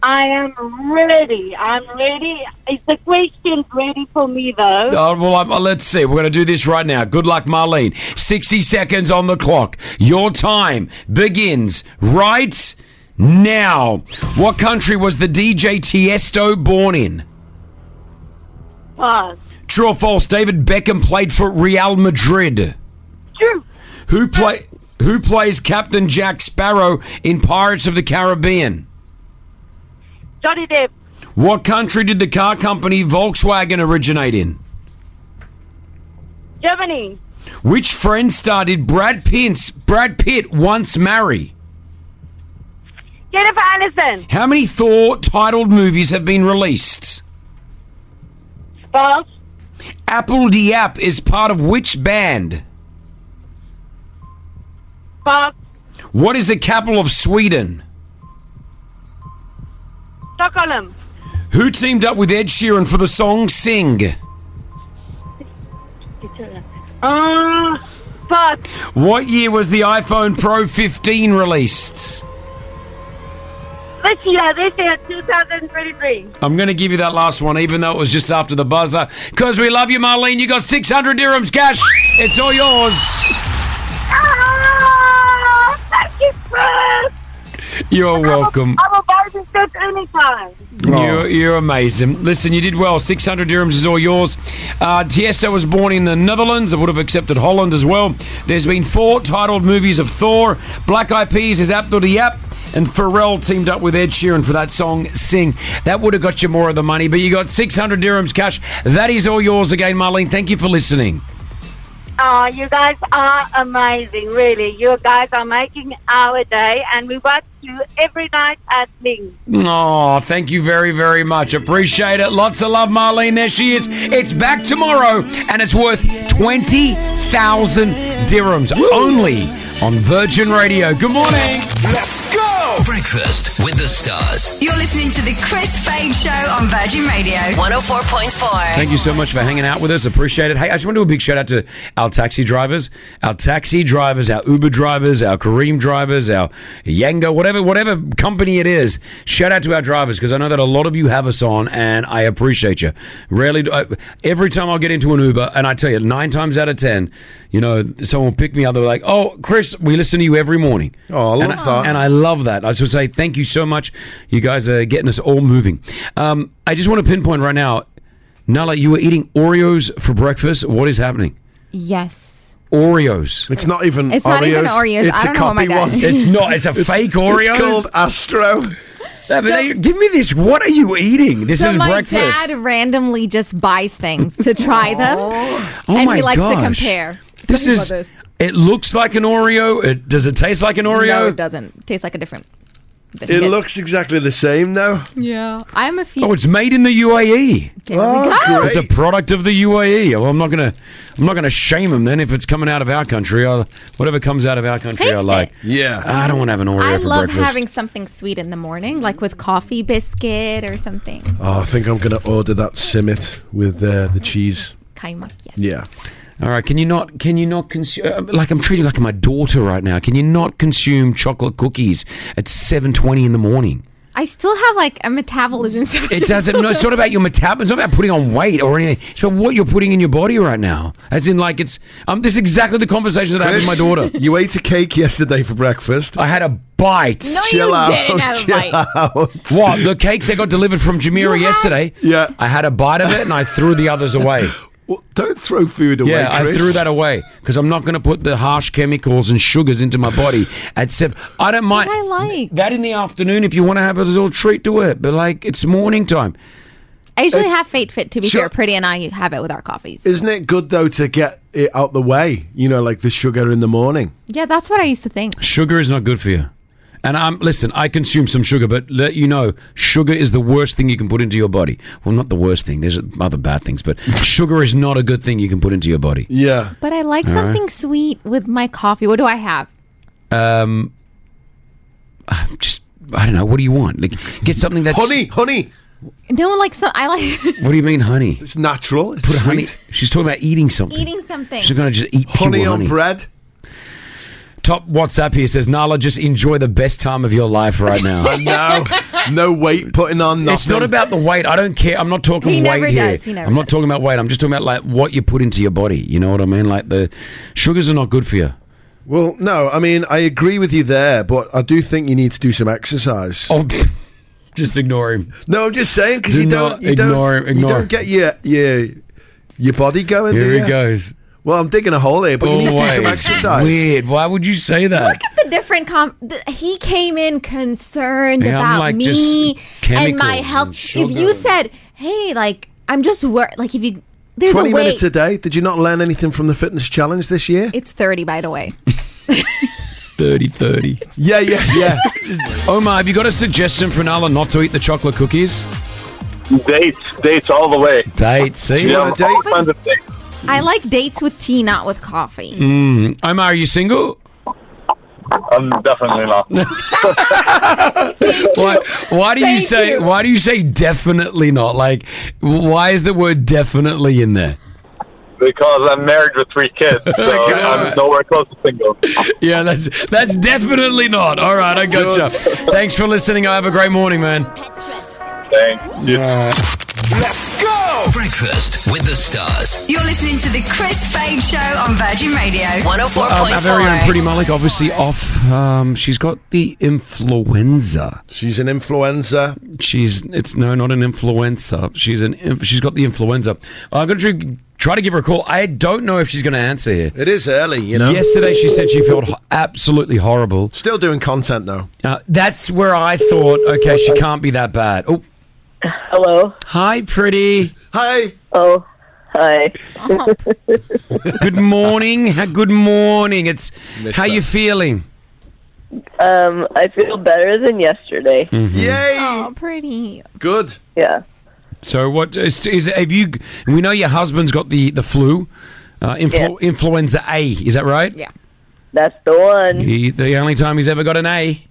Speaker 12: I am ready. I'm ready. Is the question ready for me though?
Speaker 8: Oh, well, I'm, uh, let's see. We're going to do this right now. Good luck, Marlene. 60 seconds on the clock. Your time begins right now. What country was the DJ Tiesto born in?
Speaker 12: Pass.
Speaker 8: True or false? David Beckham played for Real Madrid.
Speaker 12: True.
Speaker 8: Who play? Who plays Captain Jack Sparrow in Pirates of the Caribbean?
Speaker 12: Johnny Depp,
Speaker 8: What country did the car company Volkswagen originate in?
Speaker 12: Germany,
Speaker 8: Which friend star did Brad Pitt's Brad Pitt once marry?
Speaker 12: Jennifer Aniston,
Speaker 8: How many Thor titled movies have been released?
Speaker 12: Pass.
Speaker 8: Apple Diap is part of which band?
Speaker 12: Pass.
Speaker 8: What is the capital of Sweden?
Speaker 12: Stockholm,
Speaker 8: Who teamed up with Ed Sheeran for the song Sing?
Speaker 12: uh, Pass.
Speaker 8: What year was the iPhone Pro 15 released?
Speaker 12: This year, this year, 2023.
Speaker 8: I'm going to give you that last one, even though it was just after the buzzer. Because we love you, Marlene. You got 600 dirhams cash. It's all yours.
Speaker 12: Ah, thank you, Chris.
Speaker 8: You're welcome.
Speaker 12: I'm about to start anytime.
Speaker 8: You're, you're amazing. Listen, you did well. 600 dirhams is all yours. Uh, Tiesto was born in the Netherlands. I would have accepted Holland as well. There's been four titled movies of Thor. Black Eyed Peas is Abdul Yap. And Pharrell teamed up with Ed Sheeran for that song, Sing. That would have got you more of the money, but you got 600 dirhams cash. That is all yours again, Marlene. Thank you for listening.
Speaker 12: Oh, you guys are amazing, really. You guys are making our day, and we watch you every night at
Speaker 14: [laughs]
Speaker 12: Ling.
Speaker 8: Oh, thank you very, very much. Appreciate it. Lots of love, Marlene. There she is. It's back tomorrow, and it's worth 20,000 dirhams only on Virgin Radio. Good morning.
Speaker 2: Let's go! Breakfast with the stars.
Speaker 7: You're listening to the Chris Fade Show on Virgin Radio 104.4.
Speaker 8: Thank you so much for hanging out with us. Appreciate it. Hey, I just want to do a big shout out to our taxi drivers, our taxi drivers, our Uber drivers, our Kareem drivers, our Yango, whatever, whatever company it is. Shout out to our drivers because I know that a lot of you have us on, and I appreciate you. Rarely, do I, every time I get into an Uber, and I tell you, nine times out of ten, you know, someone will pick me up. They're like, "Oh, Chris, we listen to you every morning." Oh, I love and that, and I love that. I just would say thank you so much. You guys are getting us all moving. Um, I just want to pinpoint right now. Nala, you were eating Oreos for breakfast. What is happening?
Speaker 4: Yes.
Speaker 8: Oreos. It's not even
Speaker 4: It's not even Oreos. It's I don't a know what my copy dad- one. [laughs]
Speaker 8: It's not. It's a
Speaker 4: It's-
Speaker 8: fake
Speaker 4: it's
Speaker 8: Oreo.
Speaker 4: called
Speaker 8: Astro. give me this. What are you eating? This
Speaker 4: so
Speaker 8: is
Speaker 4: my
Speaker 8: breakfast.
Speaker 4: dad randomly just buys things to try them,
Speaker 8: Oh
Speaker 4: and
Speaker 8: my
Speaker 4: he likes
Speaker 8: gosh.
Speaker 4: to compare.
Speaker 8: this
Speaker 4: Something
Speaker 8: is.
Speaker 4: about this.
Speaker 8: It looks like an Oreo. It, does it taste like an Oreo?
Speaker 4: No, it doesn't. Tastes like a different. biscuit.
Speaker 8: exactly the same though.
Speaker 4: Yeah, I'm a few.
Speaker 8: Oh, it's Ah, made in the UAE.
Speaker 4: Okay, there we Oh, go. great.
Speaker 8: It's a product of the UAE. Well, I'm not gonna, I'm not gonna shame them then if it's coming out of our country. i whatever comes out of our country, I
Speaker 4: Taste
Speaker 8: like.
Speaker 4: it.
Speaker 8: Yeah, I don't want to have an Oreo
Speaker 4: I
Speaker 8: for
Speaker 4: love
Speaker 8: breakfast.
Speaker 4: having something sweet in the morning, like with coffee biscuit or something.
Speaker 9: Oh, I think I'm going to order that simmet with uh, the cheese.
Speaker 4: Kaimak, yes.
Speaker 9: Yeah.
Speaker 8: All right. Can you not? Can you not consume? uh, Like I'm treating like my daughter right now. Can you not consume chocolate cookies at 7:20 in the morning?
Speaker 4: I still have like a metabolism. [laughs]
Speaker 8: It doesn't. no, it's not about your metabolism. It's not about putting on weight or anything. It's about what you're putting in your body right now. As in, like it's. Um, this is exactly the conversation that I had with my daughter.
Speaker 9: you ate a cake yesterday for breakfast.
Speaker 8: I had a bite.
Speaker 9: No, chill
Speaker 8: you
Speaker 9: out.
Speaker 8: didn't have a
Speaker 9: chill
Speaker 8: bite.
Speaker 9: out.
Speaker 8: What the cakes that got delivered from Jamira yesterday? Yeah, I had a bite of it and I threw the others away.
Speaker 9: Well, don't throw food away.
Speaker 8: yeah, I
Speaker 9: Chris.
Speaker 8: threw that away because I'm not going to put the harsh chemicals and sugars into my body. At seven, I don't mind
Speaker 4: I like.
Speaker 8: that in the afternoon if you want to have a little treat to it, but like it's morning time.
Speaker 4: I usually
Speaker 8: Uh,
Speaker 4: have Fate Fit to be
Speaker 9: Sure.
Speaker 4: fair. Pretty and I have it with our coffees.
Speaker 9: Isn't it good though to get it
Speaker 8: [laughs]
Speaker 9: out the way? You know, like the sugar in the morning.
Speaker 4: Yeah, that's what I used to think.
Speaker 8: Sugar is not good for you. And I'm listen. I consume some sugar, but let you know, sugar is the worst thing you can put into your body. Well, not the worst thing. There's other bad things,
Speaker 9: [laughs]
Speaker 8: but sugar is not a good thing you can put into your body.
Speaker 9: Yeah.
Speaker 4: But I like
Speaker 8: All right.
Speaker 4: something sweet with my coffee. What do I have?
Speaker 8: Um, [sighs] I'm just I don't know. What do you want? Like, get something that's honey,
Speaker 9: honey.
Speaker 4: No, like so. I like
Speaker 8: What do you mean, honey?
Speaker 9: It's natural. It's
Speaker 8: Put honey. She's talking about eating something.
Speaker 4: eating something.
Speaker 8: She's gonna just eat pure
Speaker 9: Honey on
Speaker 8: bread. Top WhatsApp here says Nala, just enjoy the best time of your life right now.
Speaker 9: [laughs] I know. No weight putting on.
Speaker 8: It's not about the weight. I don't care. I'm not talking
Speaker 9: He
Speaker 8: weight
Speaker 9: never
Speaker 8: here.
Speaker 9: does. He never
Speaker 8: I'm not talking about weight. I'm just talking about like what you put into your body. You know what I mean? Like the sugars are not good for you.
Speaker 9: Well, no, I mean, I agree with you there, but I do think you need to do some exercise.
Speaker 8: Oh, [laughs] just ignore him.
Speaker 9: No, I'm just saying because
Speaker 8: Do
Speaker 9: you
Speaker 8: not
Speaker 9: don't you
Speaker 8: ignore
Speaker 9: don't,
Speaker 8: him, ignore
Speaker 9: you
Speaker 8: him.
Speaker 9: don't get your your your body going.
Speaker 8: Here
Speaker 9: do
Speaker 8: he
Speaker 9: you?
Speaker 8: goes.
Speaker 9: Well, I'm digging a hole here, but you need to do some
Speaker 8: Always.
Speaker 9: exercise.
Speaker 8: Weird. Why would you say that?
Speaker 4: Look at the different com. th- he came in concerned
Speaker 8: Yeah, I'm
Speaker 4: about
Speaker 8: like just
Speaker 4: me and
Speaker 8: chemicals
Speaker 4: my
Speaker 8: and
Speaker 4: health.
Speaker 8: sugar
Speaker 4: if you said, "Hey, like I'm just work," like if you there's
Speaker 9: Twenty
Speaker 4: a way.
Speaker 9: minutes a day. Did you not learn anything from the fitness challenge this year?
Speaker 4: it's thirty, by the way.
Speaker 8: It's 30 30.
Speaker 9: yeah, yeah,
Speaker 8: [laughs]
Speaker 9: yeah.
Speaker 8: Omar, have you got a suggestion for Nala not to eat the chocolate cookies?
Speaker 15: Dates, dates all the way.
Speaker 8: Dates, see?
Speaker 15: Yeah, all kinds of dates.
Speaker 4: I like dates with tea, not with coffee.
Speaker 8: Mm. Omar, are you single?
Speaker 15: I'm definitely not.
Speaker 8: [laughs] why, why do you
Speaker 15: Thank
Speaker 8: say
Speaker 15: you.
Speaker 8: why do you say definitely not? Like why is the word definitely in there?
Speaker 15: Because I'm married with three
Speaker 8: [laughs]
Speaker 15: kids, so I'm nowhere close to single.
Speaker 8: Yeah, that's that's definitely not. All right, I gotcha. Thanks for listening. I have a great morning, man.
Speaker 15: Thanks.
Speaker 8: Let's go.
Speaker 2: Breakfast with the stars.
Speaker 7: You're listening to the Chris Fade Show on Virgin Radio 104.4.
Speaker 8: Um, our very own Pretty Malik, obviously off. Um, she's got the influenza.
Speaker 9: She's an influenza.
Speaker 8: She's it's no, not an influenza. She's an inf- she's got the influenza. I'm going to try to give her a call. I don't know if she's going to answer here.
Speaker 9: It is early, you know.
Speaker 8: Yesterday she said she felt ho- absolutely horrible.
Speaker 9: Still doing content though.
Speaker 8: Uh, that's where I thought, okay, she can't be that bad. Oh,
Speaker 14: Hello.
Speaker 8: hi, pretty.
Speaker 9: Hi.
Speaker 14: Oh, hi.
Speaker 8: [laughs] Good morning. Ha- Good morning. It's how you feeling?
Speaker 14: Um, I feel better than yesterday.
Speaker 8: Mm-hmm.
Speaker 9: Yay!
Speaker 4: Oh, pretty.
Speaker 9: Good.
Speaker 14: Yeah.
Speaker 8: So what is, is have you? We know your husband's got the the flu, uh, influ, influenza A. Is that right?
Speaker 4: Yeah.
Speaker 14: That's the
Speaker 8: [laughs]
Speaker 14: one.
Speaker 8: He, the only time he's ever got an A.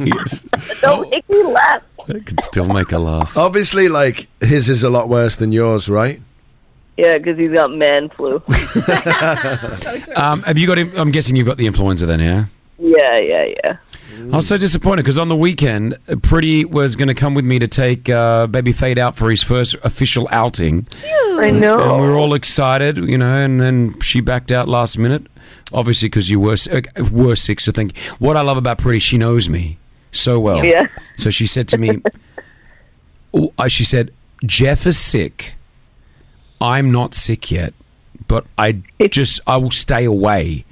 Speaker 8: Yes.
Speaker 14: Don't make me laugh.
Speaker 8: I could still make a laugh.
Speaker 9: Obviously, like his is a lot worse than yours, right?
Speaker 14: Yeah, because he's got man
Speaker 8: [laughs]
Speaker 14: flu.
Speaker 8: Um, have you got? him- I'm guessing you've got the influenza then, yeah.
Speaker 14: Yeah, yeah, yeah.
Speaker 8: I was so disappointed because on the weekend, Pretty was going to come with me to take uh, Baby Fade out for his first official outing.
Speaker 14: I know.
Speaker 8: And we were all excited, you know, and then she backed out last minute, obviously because you were s- uh, were sick. So thank. What I love about Pretty, she knows me so well.
Speaker 14: Yeah.
Speaker 8: So she said
Speaker 14: [laughs]
Speaker 8: to me, oh, uh, she said, "Jeff is sick. I'm not sick yet, but I just I will stay away."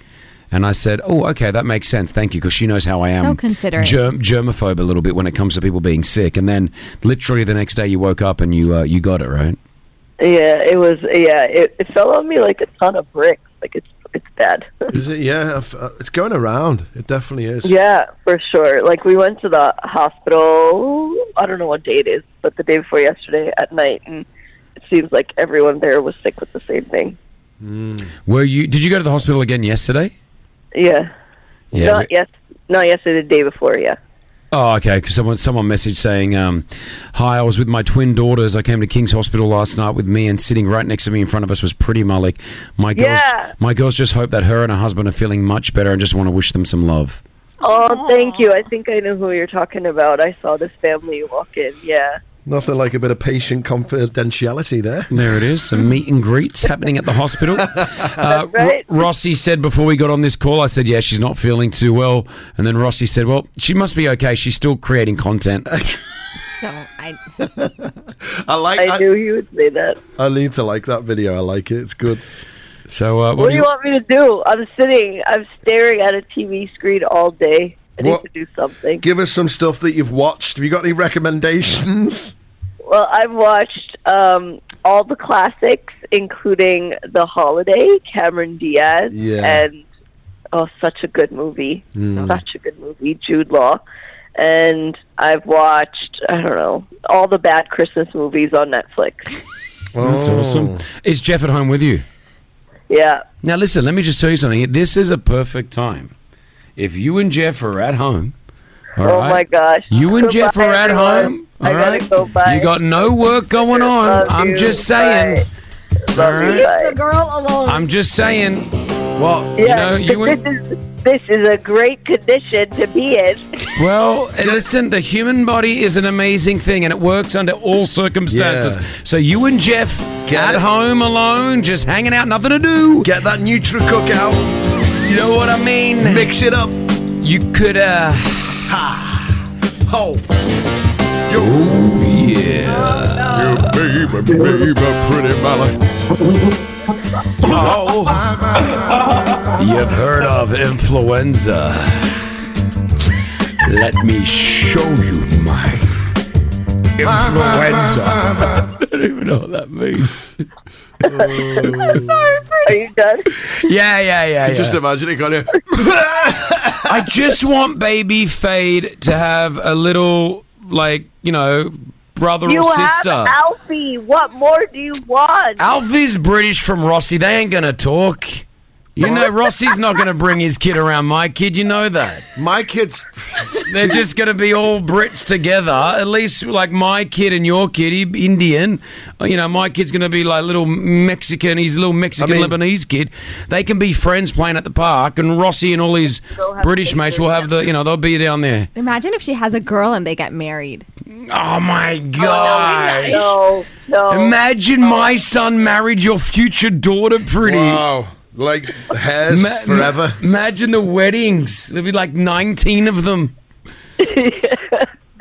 Speaker 8: And I said, "Oh, okay, that makes sense. Thank you," because she knows how I am.
Speaker 4: So considerate.
Speaker 8: Germ- germaphobe a little bit when it comes to people being sick. And then, literally the next day, you woke up and you uh, you got it right.
Speaker 14: Yeah, it was. Yeah, it, it fell on me like a ton of bricks. Like it's it's bad.
Speaker 9: Is it? Yeah, I've- uh, it's going around. It definitely is.
Speaker 14: yeah, for sure. Like we went to the hospital. I don't know what day it is, but the day before yesterday at night, and it seems like everyone there was sick with the same thing.
Speaker 8: Were you? Did you go to the hospital again yesterday?
Speaker 14: Yeah.
Speaker 8: Yeah,
Speaker 14: Not
Speaker 8: we-
Speaker 14: yes. Not yesterday. The day before. Yeah.
Speaker 8: Oh, okay. 'cause someone someone messaged saying, um, "Hi, I was with my twin daughters. I came to King's Hospital last night with me, and sitting right next to me in front of us was Pretty Malik. My girls,
Speaker 14: Yeah.
Speaker 8: my girls just hope that her and her husband are feeling much better, and just want to wish them some love."
Speaker 14: Oh, thank you. I think I know who you're talking about. I saw this family walk in. Yeah.
Speaker 9: Nothing like a bit of patient confidentiality there.
Speaker 8: There it is. Some meet and greets happening at the hospital. Uh,
Speaker 14: right.
Speaker 8: Ro- Rossi said before we got on this call, I said, "Yeah, she's not feeling too well," and then Rossi said, "Well, she must be okay. She's still creating content."
Speaker 4: So I.
Speaker 9: I like.
Speaker 14: I, knew you would say that.
Speaker 9: I need to like that video. I like it. It's good.
Speaker 8: So, uh,
Speaker 14: What, do you want me to do? I'm sitting. I'm staring at a TV screen all day. I need
Speaker 9: What-
Speaker 14: to do something.
Speaker 9: Give us some stuff that you've watched. Have you got any recommendations?
Speaker 14: Well, I've watched um, all the classics, including The Holiday, Cameron Diaz,
Speaker 9: Yeah.
Speaker 14: and oh, such a good movie,
Speaker 16: Mm.
Speaker 14: such a good movie, Jude Law. And I've watched, I don't know, all the bad Christmas movies on Netflix.
Speaker 8: That's awesome. Is Jeff at home with you?
Speaker 14: Oh. Yeah.
Speaker 8: Now, listen, let me just tell you something. This is a perfect time. If you and Jeff are at home, all
Speaker 14: oh
Speaker 8: right,
Speaker 14: my gosh.
Speaker 8: You and Jeff
Speaker 14: Goodbye,
Speaker 8: are at
Speaker 14: everyone.
Speaker 8: home.
Speaker 14: I
Speaker 8: all
Speaker 14: gotta
Speaker 8: right?
Speaker 14: go. Bye.
Speaker 8: You got no work going on.
Speaker 14: Love
Speaker 8: I'm
Speaker 14: you.
Speaker 8: just saying. All right?
Speaker 14: the girl alone.
Speaker 8: I'm just saying. Well,
Speaker 14: yeah, [laughs]
Speaker 8: you know, you
Speaker 14: but
Speaker 8: and,
Speaker 14: this, is, this is a great condition to be in.
Speaker 8: well, listen, the human body is an amazing thing and it works under all circumstances.
Speaker 9: Yeah.
Speaker 8: So you and Jeff at home alone, just hanging out, nothing to do.
Speaker 9: Get that NutriCook out.
Speaker 8: You know what I mean?
Speaker 9: Mix it up.
Speaker 8: You could, uh.
Speaker 9: Ha! Ho!
Speaker 8: Oh, yeah.
Speaker 10: You baby, baby, pretty Molly.
Speaker 8: Oh. [laughs] You've heard of influenza. Let me show you my influenza. [laughs] I don't even know what that means.
Speaker 14: I'm sorry, Are you done?
Speaker 8: Yeah, yeah, yeah.
Speaker 9: You just
Speaker 8: yeah.
Speaker 9: imagine it, can't you?
Speaker 8: [laughs] I just want baby Fade to have a little, like, you know, brother
Speaker 14: you
Speaker 8: or
Speaker 14: have
Speaker 8: sister.
Speaker 14: Alfie. What more do you want?
Speaker 8: Alfie's British from Rossi. They ain't gonna talk. You know, Rossi's not gonna bring his kid around my kid. You know that.
Speaker 9: My kids,
Speaker 8: they're just gonna be all Brits together. At least, like my kid and your kid, he- Indian. Uh, You know, my kid's gonna be like little Mexican. He's a little Mexican
Speaker 9: I mean-
Speaker 8: Lebanese kid. They can be friends playing at the park, and Rossi and all his British mates will have the. You know, they'll be down there.
Speaker 4: Imagine if she has a girl and they get married.
Speaker 8: Oh my gosh.
Speaker 14: No, no.
Speaker 8: Imagine my son married your future daughter, pretty.
Speaker 9: Wow. Like hairs forever.
Speaker 8: imagine the weddings. There'd be like 19 of them.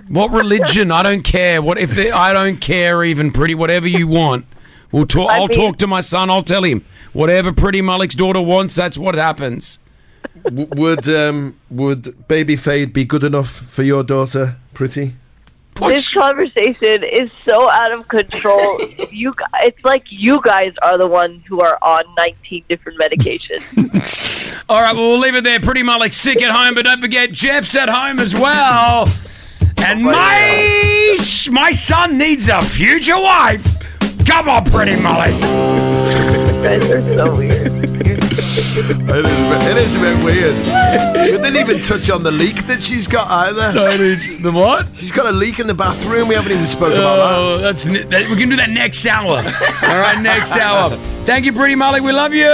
Speaker 8: what religion? I don't care. What if they, I don't care even pretty whatever you want. We'll talk
Speaker 14: I
Speaker 8: I'll
Speaker 14: mean-
Speaker 8: talk to my son. I'll tell him whatever pretty Malik's daughter wants, that's what happens.
Speaker 9: W- would um, would baby fade be good enough for your daughter, pretty?
Speaker 14: This conversation is so out of control. you, gu- it's like you guys are the ones who are on 19 different medications.
Speaker 8: All right, well, we'll leave it there. Pretty Malik's sick at home, but don't forget Jeff's at home as well. And my my son needs a future wife. Come on, Pretty Malik.
Speaker 9: [laughs] It is, a bit, it is a bit weird. we didn't even touch on the leak that she's got either.
Speaker 8: the what?
Speaker 9: She's got a leak in the bathroom. We haven't even spoken about
Speaker 8: Oh, that's ne- that, we can do that next hour. All right, next hour. Thank you, Pretty Malik. We love you.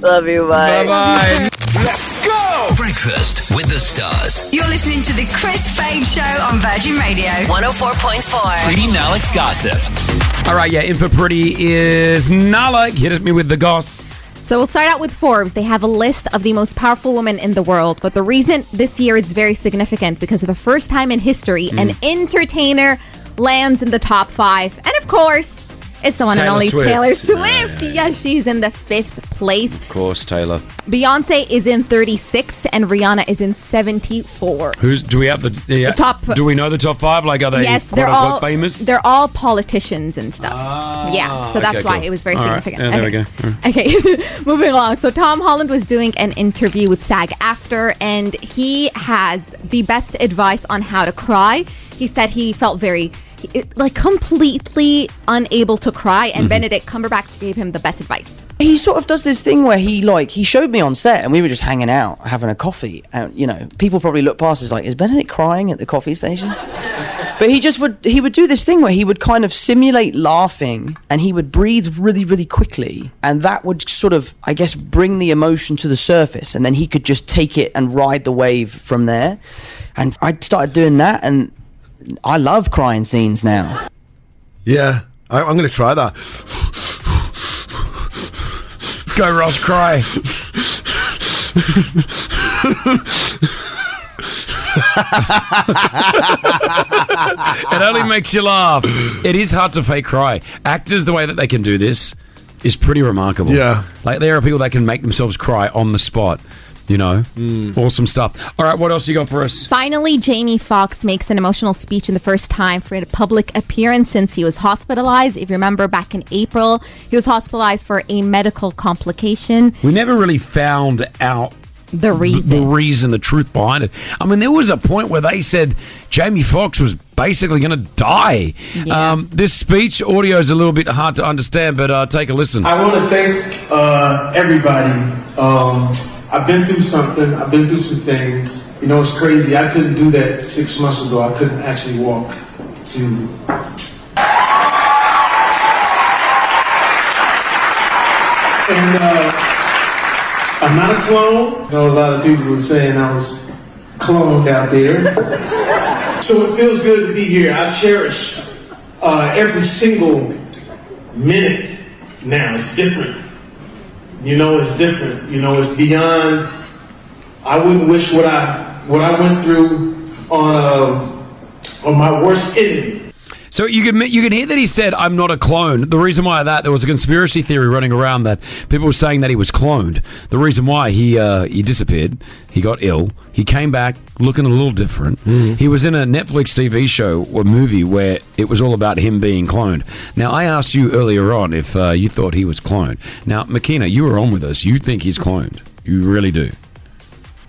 Speaker 14: Love you. Bye.
Speaker 8: Bye.
Speaker 2: Let's go! Breakfast with the stars.
Speaker 7: You're listening to the Chris Fade Show on Virgin Radio 104.4.
Speaker 2: Pretty Malik's gossip.
Speaker 8: All right, yeah. In for Pretty is Nala. Hit me with the goss.
Speaker 4: So we'll start out with Forbes. They have a list of the most powerful women in the world, but the reason this year it's very significant because for the first time in history,
Speaker 17: Mm.
Speaker 4: an entertainer lands in the top five, and of course, it's the one and
Speaker 8: Taylor
Speaker 4: only
Speaker 8: Swift.
Speaker 4: Taylor Swift. Yeah, she's in the fifth place.
Speaker 8: Of course, Taylor.
Speaker 4: Beyonce is in 36, and Rihanna is in 74.
Speaker 8: Who's do we have the, yeah,
Speaker 4: The top-
Speaker 8: Do we know the top five? Like, are they
Speaker 4: yes,
Speaker 8: quote
Speaker 4: they're
Speaker 8: unquote
Speaker 4: all
Speaker 8: famous? Ah,
Speaker 4: They're all politicians and stuff. yeah, so
Speaker 8: Okay,
Speaker 4: that's why
Speaker 8: cool.
Speaker 4: it was very
Speaker 8: All right.
Speaker 4: significant.
Speaker 8: Yeah,
Speaker 4: Okay.
Speaker 8: There we
Speaker 4: [laughs]
Speaker 8: go.
Speaker 4: Okay, [laughs] moving along. So Tom Holland was doing an interview with SAG after, and he has the best advice on how to cry. He said he felt very, it- like, completely unable to cry, and
Speaker 8: Mm-hmm.
Speaker 4: Benedict Cumberbatch gave him the best advice.
Speaker 18: he sort of does this thing where he like he showed me on set and we were just hanging out having a coffee and you know people probably look past us like is benedict crying at the coffee station but he just would he would do this thing where he would kind of simulate laughing and he would breathe really really quickly and that would sort of i guess bring the emotion to the surface and then he could just take it and ride the wave from there and i started doing that and i love crying scenes now
Speaker 9: that. Yeah, I, I'm going to try that.
Speaker 8: Go, Ross, cry. it only makes you laugh. It is hard to fake cry. Actors, the way that they can do this is pretty remarkable.
Speaker 9: Yeah.
Speaker 8: Like, there are people that can make themselves cry on the spot. You know, awesome stuff. All right, what else you got for us?
Speaker 4: Finally, Jamie Foxx makes an emotional speech in the first time for a public appearance since he was hospitalized. If you remember back in April, he was hospitalized for a medical complication.
Speaker 8: We never really found out
Speaker 4: the
Speaker 8: reason, the, reason, the truth behind it. I mean, there was a point where they said Jamie Foxx was basically going to die. Um, this speech audio is a little bit hard to understand, but uh, take a listen.
Speaker 11: I want to thank uh, everybody. Um, I've been through something. I've been through some things. You know, it's crazy. I couldn't do that six months ago. I couldn't actually walk to. And uh, I'm not a clone. I know a lot of people were saying I was cloned out there. so it feels good to be here. I cherish uh, every single minute now. It's different. You know, it's different. You know, it's beyond. I wouldn't wish what I what I went through on uh, on my worst enemy.
Speaker 8: So you can you can hear that he said, "I'm not a clone." The reason why that there was a conspiracy theory running around that people were saying that he was cloned. The reason why he uh, he disappeared, he got ill, he came back looking a little different. He was in a Netflix TV show or movie where it was all about him being cloned. Now I asked you earlier on if uh, you thought he was cloned. Now Makina, you were on with us. You think he's cloned. You really do.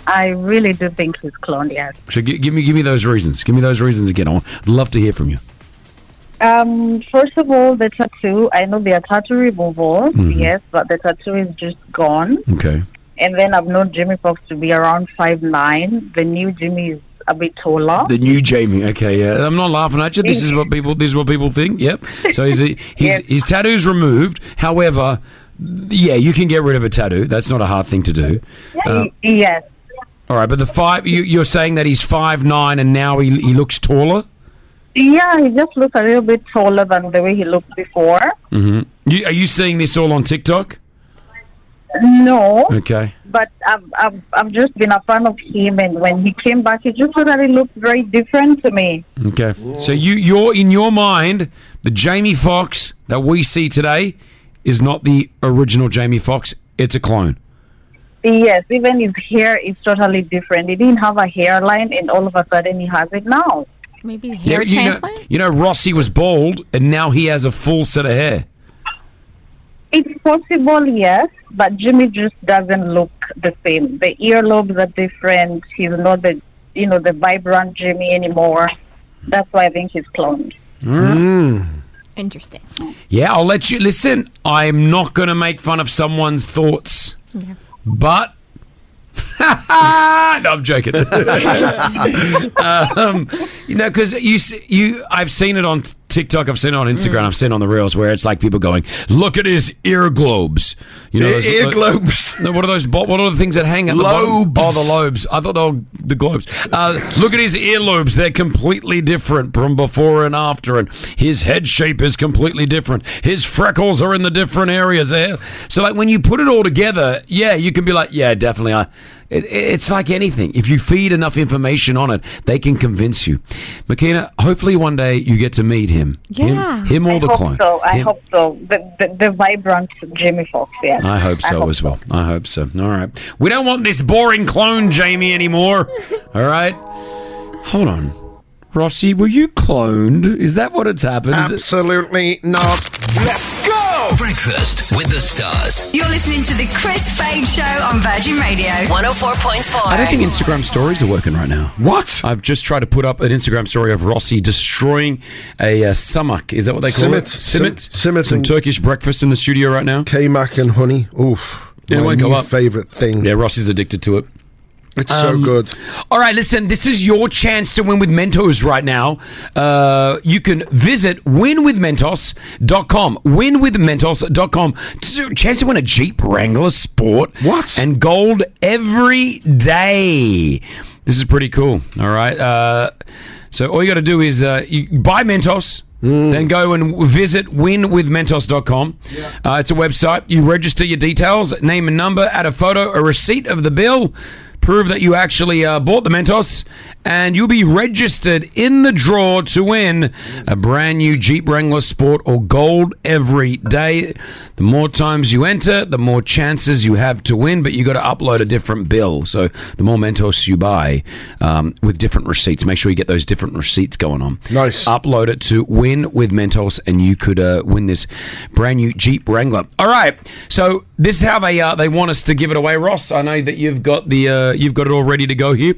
Speaker 16: I really do think he's cloned, yes.
Speaker 8: So gi- give me give me those reasons. Give me those reasons again. I'd love to hear from you.
Speaker 16: Um, first of all, the tattoo, I know they are tattoo removal,
Speaker 8: Mhm.
Speaker 16: yes, but the tattoo is just gone.
Speaker 8: Okay.
Speaker 16: And then I've known Jimmy Fox to be around five nine. The new Jimmy is a bit taller.
Speaker 8: The new Jamie. Okay, yeah. I'm not laughing at you. This is what people. This is what people think. Yep. So he's he's
Speaker 16: Yes.
Speaker 8: his tattoo's removed. However, yeah, you can get rid of a tattoo. That's not a hard thing to do. Um,
Speaker 16: yes,
Speaker 8: all right, but the five. You, you're saying that he's five nine, and now he he looks taller.
Speaker 16: yeah, he just looks a little bit taller than the way he looked before.
Speaker 8: hmm You, are you seeing this all on TikTok?
Speaker 16: No,
Speaker 8: Okay.
Speaker 16: but I've, I've I've just been a fan of him, and when he came back, he just totally looked very different to me.
Speaker 8: Okay. So you you're in your mind the Jamie Fox that we see today is not the original Jamie Fox. It's a clone.
Speaker 16: Yes, even his hair is totally different. He didn't have a hairline, and all of a sudden he has it now.
Speaker 4: Maybe
Speaker 8: Yeah, you Know, you know, Rossi was bald, and now he has a full set of hair.
Speaker 16: It's possible, yes, but Jimmy just doesn't look the same. The earlobes are different. He's not the you know the vibrant Jimmy anymore. That's why I think he's cloned.
Speaker 4: Interesting.
Speaker 8: Yeah, I'll let you listen. I'm not going to make fun of someone's thoughts,
Speaker 4: Yeah.
Speaker 8: but. [laughs] no, I'm
Speaker 9: [laughs]
Speaker 8: joking. um, you know, because you, s- you, I've seen it on t- TikTok, I've seen
Speaker 9: Mm.
Speaker 8: it on Instagram, I've seen it on the reels where it's like people going, "Look at his ear globes." You know,
Speaker 9: E-
Speaker 8: those-
Speaker 9: ear
Speaker 8: uh,
Speaker 9: globes.
Speaker 8: no, what are those? bo- What are the things that hang at the
Speaker 9: Lobes.
Speaker 8: bottom? Oh, the lobes. I thought they were the globes. Uh, look at his earlobes. They're completely different from before and after. And his head shape is completely different. His freckles are in the different areas. Eh? So, like, when you put it all together, yeah, you can be like, yeah, definitely. I. It, it- it's like anything. If you feed enough information on it, they can convince you. Makina, hopefully one day you get to meet him. Him-
Speaker 16: Yeah.
Speaker 8: Him, or
Speaker 16: I
Speaker 8: the
Speaker 16: hope
Speaker 8: clone.
Speaker 16: so. I
Speaker 8: Him-
Speaker 16: hope so. The, the, the vibrant Jimmy Fox. Yes.
Speaker 8: I hope so as well. I hope so. All right. We don't want this boring clone Jamie anymore. All right. Hold on. Rossi, were you cloned? Is that what it's happened?
Speaker 9: Absolutely not.
Speaker 8: Let's go!
Speaker 2: Breakfast with the stars.
Speaker 7: You're listening to the Chris Fade Show on Virgin Radio 104.4.
Speaker 8: I don't think Instagram stories are working right now. What? I've just tried to put up an Instagram story of Rossi destroying a uh, samak. Is that what they call it?
Speaker 9: Simit.
Speaker 8: Simit.
Speaker 9: Simit.
Speaker 8: Some Turkish breakfast in the studio right now.
Speaker 9: K-Mac and honey. Oof.
Speaker 8: Yeah, it
Speaker 9: my
Speaker 8: won't go
Speaker 9: new
Speaker 8: up.
Speaker 9: favorite thing.
Speaker 8: Yeah, Rossi's addicted to it.
Speaker 9: It's
Speaker 8: Um,
Speaker 9: so good.
Speaker 8: All right, listen, this is your chance to win with Mentos right now. Uh, you can visit winwithmentos.com. Winwithmentos.com. It's a chance to win a Jeep Wrangler Sport. What? And gold every day. This is pretty cool. All right. Uh, so all you got to do is uh, you buy Mentos. Then go and visit winwithmentos.com. Uh, it's a website. You register your details, name and number, add a photo, a receipt of the bill. prove that you actually uh, bought the Mentos, and you'll be registered in the draw to win a brand new Jeep Wrangler Sport or Gold every day. The more times you enter, the more chances you have to win, but you got to upload a different bill. So the more Mentos you buy um, with different receipts, make sure you get those different receipts going on. Nice. Upload it to Win with Mentos, and you could uh, win this brand new Jeep Wrangler. All right. So this is how they uh, they want us to give it away, Ross. I know that you've got the uh, you've got it all ready to go here.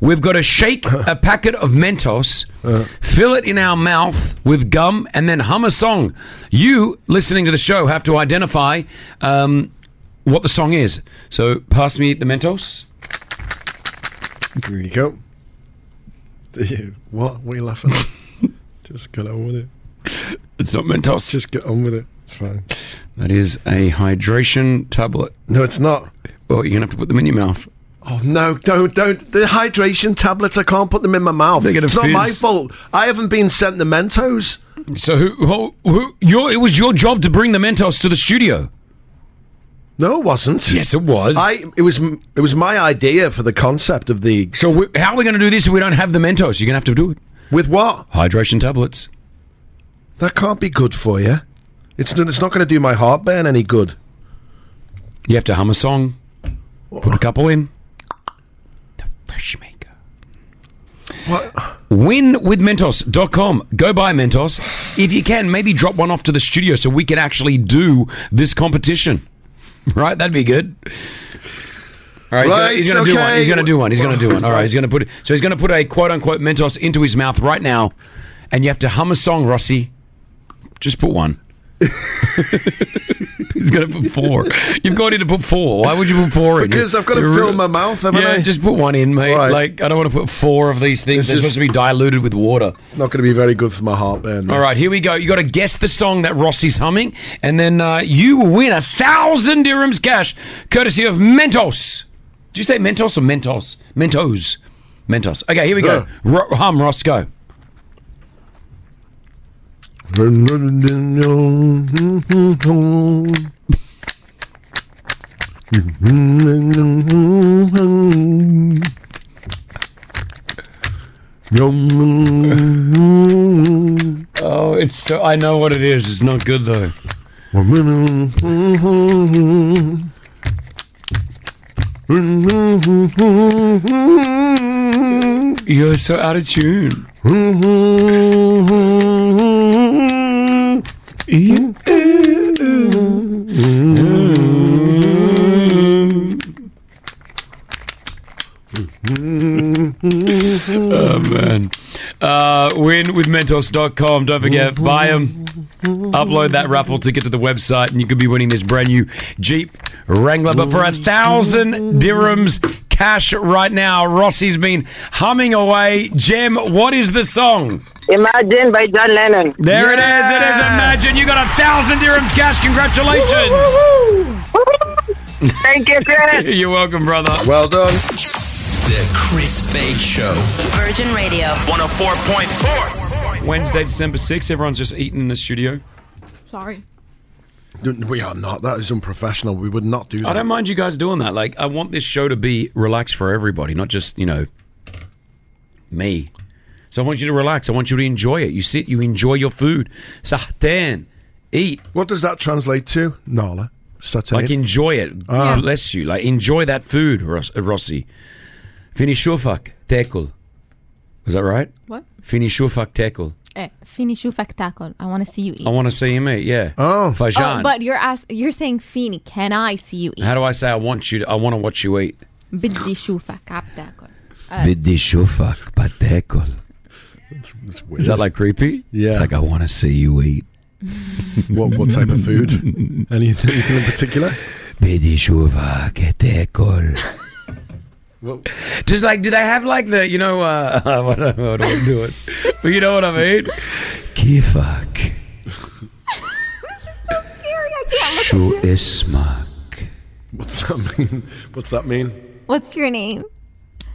Speaker 8: We've got to
Speaker 9: [laughs]
Speaker 8: shake a packet of Mentos,
Speaker 9: Uh.
Speaker 8: fill it in our mouth with gum, and then hum a song. You listening to the show have to identify um, what the song is. So pass me the Mentos.
Speaker 9: Here you go. [laughs] What? What are you
Speaker 8: [laughs]
Speaker 9: laughing at? Just get on with it.
Speaker 8: It's not Mentos.
Speaker 9: Just get on with it. It's fine.
Speaker 8: That is a hydration tablet.
Speaker 9: No, it's not.
Speaker 8: Well, you're gonna have to put them in your mouth.
Speaker 9: Oh no! Don't don't the hydration tablets. I can't put them in my mouth.
Speaker 8: They're gonna
Speaker 9: It's not my
Speaker 8: fizz.
Speaker 9: fault. I haven't been sent the Mentos.
Speaker 8: So who who, who your, it was your job to bring the Mentos to the studio.
Speaker 9: No, it wasn't.
Speaker 8: Yes, it was.
Speaker 9: I it was m- it was my idea for the concept of the.
Speaker 8: So we, how are we going to do this if we don't have the Mentos? You're going to have to do it
Speaker 9: with what?
Speaker 8: Hydration tablets.
Speaker 9: That can't be good for you. It's n- it's not going to do my heartburn any good.
Speaker 8: You have to hum a song. Put a couple in. The Fresh Maker. What? Win with Mentos.com. Go buy Mentos. If you can, maybe drop one off to the studio so we can actually do this competition. [laughs] Right? That'd be good. All right,
Speaker 9: Right,
Speaker 8: he's going to do one.
Speaker 9: okay.
Speaker 8: He's going to do one. He's going to do one. All right, he's going to put it. So he's going to put a quote unquote Mentos into his mouth right now, and you have to hum a song, Rossi. Just put one. [laughs] he's going to put four. You've got to put four. Why would you put four in?
Speaker 9: Because I've got to
Speaker 8: You're
Speaker 9: fill
Speaker 8: re-
Speaker 9: my mouth, haven't
Speaker 8: yeah,
Speaker 9: I?
Speaker 8: just put one in, mate.
Speaker 9: Right.
Speaker 8: Like I don't want to put four of these things.
Speaker 9: It's
Speaker 8: They're supposed
Speaker 9: just-
Speaker 8: to be diluted with water.
Speaker 9: It's not going to be very good for my heartburn.
Speaker 8: All right, here we go. You got to guess the song that Rossi's humming, and then uh, you will win a thousand dirhams cash, courtesy of Mentos. Did you say Mentos or Mentos? Mentos, Mentos. Okay, here we go. Ro- hum, Ross, go. Oh, it's so. I know what it is. It's not good though.
Speaker 9: Mm-hmm.
Speaker 8: You're so out of tune.
Speaker 9: Mm-hmm.
Speaker 8: Oh man. Uh, win with Mentos.com. Don't forget, buy them. Upload that raffle ticket to the website, and you could be winning this brand new Jeep Wrangler. But for a thousand dirhams cash right now, Rossi's been humming away. Jem, what is the song?
Speaker 17: Imagine by John Lennon.
Speaker 8: There it is. It is Imagine. You got a thousand dirhams cash. Congratulations.
Speaker 17: Thank you, Chris.
Speaker 8: [laughs] You're welcome, brother.
Speaker 9: Well done.
Speaker 2: The Chris Fade Show.
Speaker 7: Virgin Radio.
Speaker 2: 104.4.
Speaker 8: Wednesday, December 6th. Everyone's just eating in the studio.
Speaker 4: Sorry.
Speaker 9: We are not. That is unprofessional. We would not do that.
Speaker 8: I don't mind you guys doing that. Like, I want this show to be relaxed for everybody, not just, you know, me. So I want you to relax. I want you to enjoy it. You sit, you enjoy your food. Sahtan, eat.
Speaker 9: What does that translate to? Nala. Saturday.
Speaker 8: Like, enjoy it.
Speaker 9: Ah.
Speaker 8: Bless you. Like, enjoy that food, Ros- uh, Rossi. Fini shufak tekul. Was that right?
Speaker 4: What?
Speaker 8: Fini shufak tekul.
Speaker 4: Eh, finish you factacle. I want to see you eat.
Speaker 8: I want to see him eat, yeah. Oh. Fajan.
Speaker 4: Oh, but you're ask- you're saying Fini, can I see you
Speaker 8: [laughs]
Speaker 4: eat?
Speaker 8: How do I say I want you to, I want to watch you eat?
Speaker 4: بدي شوفك عبتاكل. Uh,
Speaker 8: Biddi shufak patekul. Is that like creepy? Yeah. It's like I want to see you eat.
Speaker 9: [laughs] what what type of
Speaker 4: [laughs]
Speaker 8: [laughs]
Speaker 9: food? Anything, anything in particular?
Speaker 8: Biddi shufak patekul.
Speaker 9: Well- [laughs]
Speaker 8: Just like, do they have like the, you know, uh, [laughs] I don't know, I don't do it. But you know what I mean? Kifak. Shu ismak.
Speaker 9: What's that mean? What's that mean?
Speaker 4: what's your name?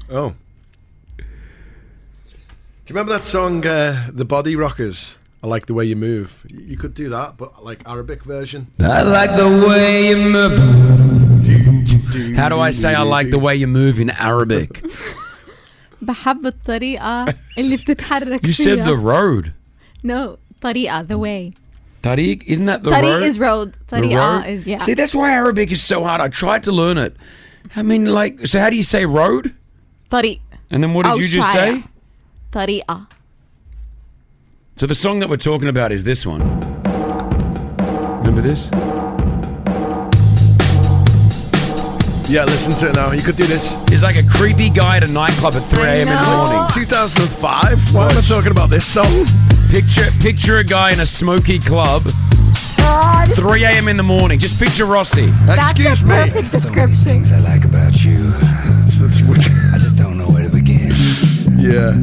Speaker 9: Oh. Do you remember that song, uh, The Body Rockers? I like the way you move. You could do that, but like Arabic version.
Speaker 8: I like the way you move. How do I say I like the way you move in Arabic?
Speaker 4: بحب الطريقة اللي بتتحرك
Speaker 8: You said the
Speaker 4: فيها.
Speaker 8: road.
Speaker 4: No, طريقة, the way.
Speaker 8: Tariq, isn't that the
Speaker 4: Tariq
Speaker 8: road?
Speaker 4: is road.
Speaker 8: The
Speaker 4: Tariqa
Speaker 8: road?
Speaker 4: is, yeah.
Speaker 8: See, that's why Arabic is so hard. I tried to learn it. I mean, like, so how do you say road?
Speaker 4: طريق.
Speaker 8: And then what did
Speaker 4: أو
Speaker 8: you just
Speaker 4: شارع.
Speaker 8: say?
Speaker 4: طريقة.
Speaker 8: So the song that we're talking about is this one. Remember this?
Speaker 9: Yeah, listen to it now. You could do this.
Speaker 8: He's like a creepy guy at a nightclub at 3 a.m. in the morning.
Speaker 9: 2005? Why am I talking about this song?
Speaker 8: Picture picture a guy in a smoky club. 3 a.m. in the morning. Just picture Rossi.
Speaker 9: Excuse me.
Speaker 4: description.
Speaker 19: Things I like about you. I just don't know where to begin.
Speaker 9: Yeah.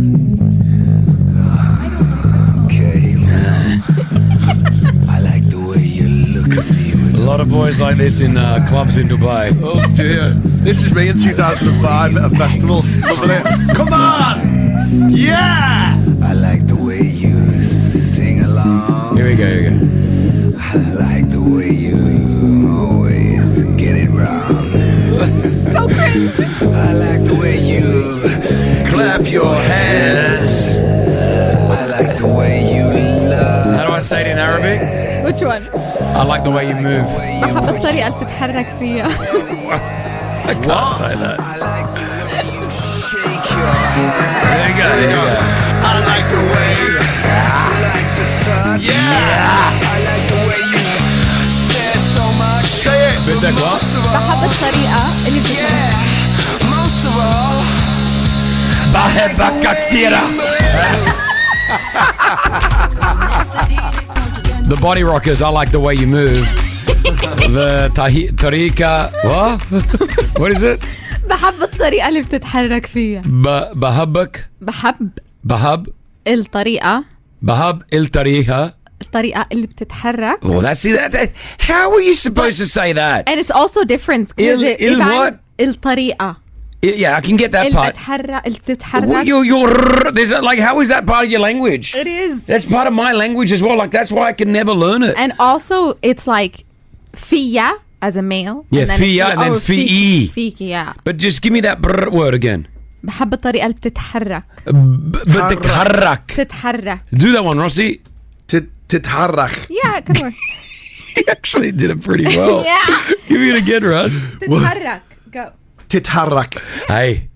Speaker 19: Okay. I like the way you look at me.
Speaker 8: A lot of boys like this in uh, clubs in Dubai.
Speaker 9: Oh dear. This is me in 2005 at a festival. Loving it. Come on! Yeah!
Speaker 19: I like the way you sing along.
Speaker 8: Here we go. Here we go.
Speaker 19: I like the way you always get it wrong. so cringe. I like the way you clap your hands. I like the way you love.
Speaker 8: How do I say it in Arabic?
Speaker 4: Which one?
Speaker 8: I like the way you move.
Speaker 4: بحب الطريقة اللي بتتحرك
Speaker 19: [laughs]
Speaker 4: فيها.
Speaker 8: I can't say that.
Speaker 19: There you go. There you go. I like the way. I like to touch. Yeah. I like the way you stare so much. Say it.
Speaker 8: بدك واحد؟
Speaker 4: بحب الطريقة اللي بتتحرك.
Speaker 19: Most of all. بحبك كتير.
Speaker 8: The Body Rockers, I like the way you move. the tahi- Tariqa, what? what is it?
Speaker 4: بحب الطريقة اللي بتتحرك فيها.
Speaker 8: Ba- Bahabak,
Speaker 4: بحب
Speaker 8: Bahab,
Speaker 4: الطريقة
Speaker 8: Bahab il Tariqa.
Speaker 4: الطريقة اللي بتتحرك.
Speaker 8: Well, that's see that, that- How are you supposed to say that?
Speaker 4: And it's also different. 'cause
Speaker 8: Il-
Speaker 4: it-
Speaker 8: il
Speaker 4: if I'm-
Speaker 8: what?
Speaker 4: الطريقة.
Speaker 8: I- yeah, I can get that
Speaker 4: اللي
Speaker 8: part.
Speaker 4: بتحرك اللي
Speaker 8: What,
Speaker 4: بتتحرك.
Speaker 8: you you there's a, like how is that part of your language?
Speaker 4: It is.
Speaker 8: That's part of my language as well. Like that's why I can never learn it.
Speaker 4: And also, it's like Fia as a male.
Speaker 8: Yeah, فيا and then
Speaker 4: oh,
Speaker 8: فيي.
Speaker 4: فيكي, yeah.
Speaker 8: but just give me that brr word again.
Speaker 4: بحب الطريقة اللي بتتحرك.
Speaker 8: B- but the karak.
Speaker 4: تتحرك.
Speaker 8: Do that one, Rossi.
Speaker 9: Titharrak.
Speaker 4: Yeah, it could
Speaker 9: [laughs]
Speaker 4: work.
Speaker 8: [laughs] He actually did
Speaker 4: [laughs]
Speaker 8: it pretty well.
Speaker 4: yeah.
Speaker 8: Give me it again, Russ.
Speaker 4: تتحرك. Go.
Speaker 9: Titharrak.
Speaker 8: Hey,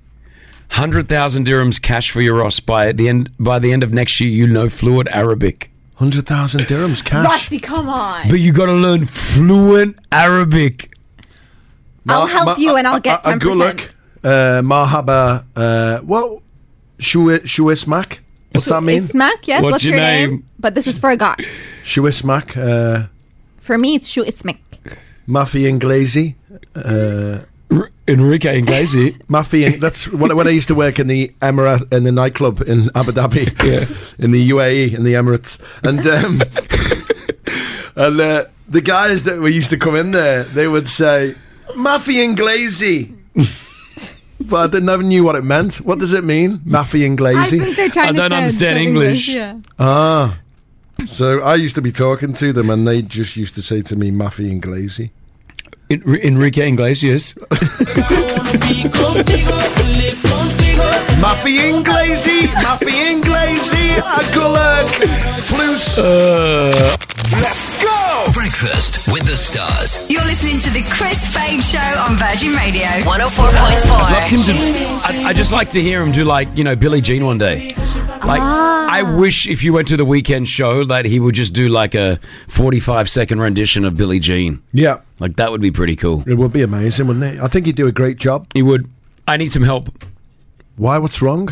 Speaker 8: hundred thousand dirhams cash for your Ross by the end. By the end of next year, you know fluent Arabic.
Speaker 9: Hundred thousand dirhams
Speaker 4: Rusty, come on.
Speaker 8: But you got to learn fluent Arabic.
Speaker 4: I'll help you and I'll get
Speaker 9: a, a
Speaker 4: 10%.
Speaker 9: good look. Uh, marhaba. Uh, what? Shu- Shuismak? What's that mean?
Speaker 4: It's Smack, yes. What's, your name? But this is for a guy.
Speaker 9: Shuismak. Uh,
Speaker 4: For me, it's Shu Ismak.
Speaker 9: Mafia Inglesi. Uh,
Speaker 8: Enrique Inglesi.
Speaker 9: [laughs] Mafia. That's when, when I used to work in the Emirat in the nightclub in Abu Dhabi, in the UAE, in the Emirates, and um, and uh, the guys that we used to come in there, they would say Mafia Inglesi. [laughs] But I never knew what it meant. What does it mean, Mafia Inglesi?
Speaker 4: I think they're trying to send some yeah.
Speaker 9: Ah. So I used to be talking to them, and they just used to say to me, "Muffy and Glazy."
Speaker 8: Enrique
Speaker 9: [laughs]
Speaker 8: Iglesias.
Speaker 9: Muffy and Glazy, Muffy and Glazy, a gullock, flus.
Speaker 2: Let's go! Breakfast with the stars.
Speaker 7: You're listening to the Chris Fade Show on Virgin Radio
Speaker 8: I'd love him
Speaker 7: 104.4.
Speaker 8: to. I, I just like to hear him do like you know Billie Jean one day. Like I wish if you went to the weekend show that he would just do like a forty-five second rendition of Billie Jean.
Speaker 9: Yeah,
Speaker 8: Like that would be pretty cool.
Speaker 9: it would be amazing, wouldn't it? I think he'd do a great job.
Speaker 8: He would. I need some help.
Speaker 9: Why? What's wrong?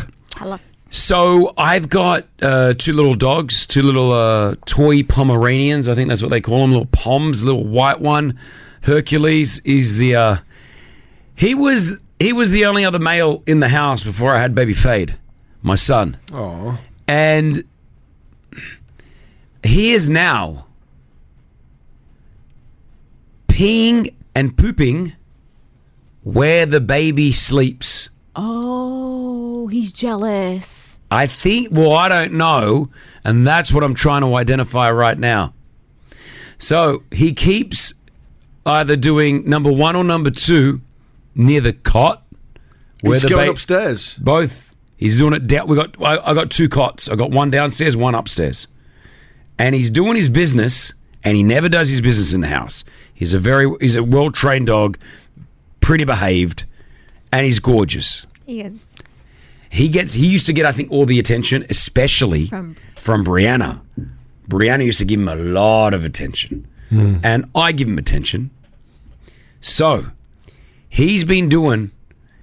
Speaker 8: So I've got uh, two little dogs, two little uh, toy Pomeranians. I think that's what they call them, little poms, little white one. Hercules is the. Uh, he was he was the only other male in the house before I had baby Fade, my son.
Speaker 9: Oh,
Speaker 8: And he is now peeing and pooping where the baby sleeps.
Speaker 4: Oh, he's jealous.
Speaker 8: I think, well, I don't know. And that's what I'm trying to identify right now. So he keeps either doing number one or number two near the cot.
Speaker 9: He's going
Speaker 8: upstairs. Both. He's doing it down. We got. I, I got two cots. I got one downstairs, one upstairs, and he's doing his business. And he never does his business in the house. He's a very. He's a well trained dog, pretty behaved, and he's gorgeous.
Speaker 4: Yes.
Speaker 8: He gets. He used to get, I think, all the attention, especially
Speaker 4: From-
Speaker 8: from, Brianna. Brianna used to give him a lot of attention, and I give him attention. So he's been doing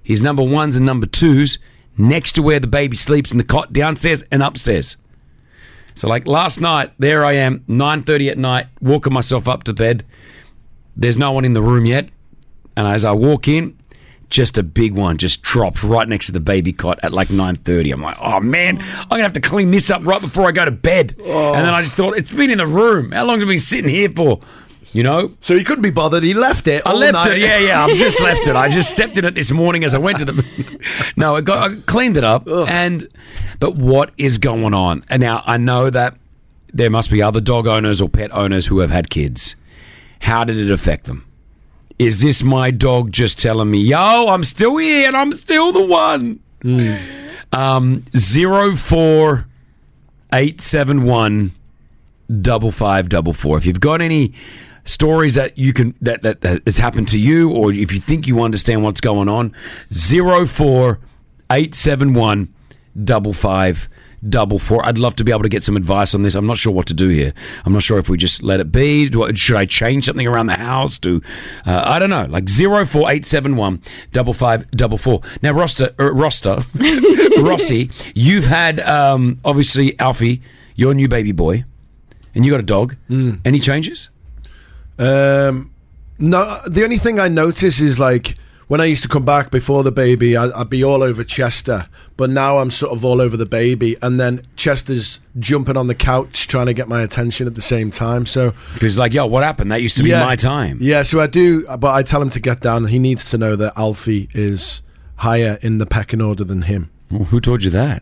Speaker 8: his number ones and number twos next to where the baby sleeps in the cot downstairs and upstairs. So, like last night, there I am, nine thirty at night, walking myself up to bed. There's no one in the room yet, and as I walk in, just a big one just dropped right next to the baby cot at like 9.30 i'm like oh man i'm gonna have to clean this up right before i go to bed and then i just thought it's been in the room how long's it been sitting here for you know so he couldn't be bothered he left it i
Speaker 9: all
Speaker 8: left
Speaker 9: night.
Speaker 8: it yeah yeah i've just left it i just stepped in it this morning as i went to the no it got I cleaned it up and but what is going on and now i know that there must be other dog owners or pet owners who have had kids how did it affect them is this my dog just telling me, yo, I'm still here and I'm still the one? Um, zero four eight seven one double five double four. If you've got any stories that you can that, that that has happened to you, or if you think you understand what's going on, zero four eight seven one double five double four. I'd love to be able to get some advice on this. I'm not sure what to do here. I'm not sure if we just let it be. Do I, should I change something around the house? Do uh, I don't know? Like zero four eight seven one double five double four. Now, roster uh, roster [laughs] Rossi, you've had um, obviously Alfie, your new baby boy, and you got a dog. Any changes?
Speaker 9: Um, no, the only thing I notice is like when I used to come back before the baby, I, I'd be all over Chester, but now I'm sort of all over the baby, and then Chester's jumping on the couch trying to get my attention at the same time. So
Speaker 8: because like, yo, what happened? That used to be my time.
Speaker 9: Yeah, so I do, but I tell him to get down. He needs to know that Alfie is higher in the pecking order than him.
Speaker 8: Who told you that?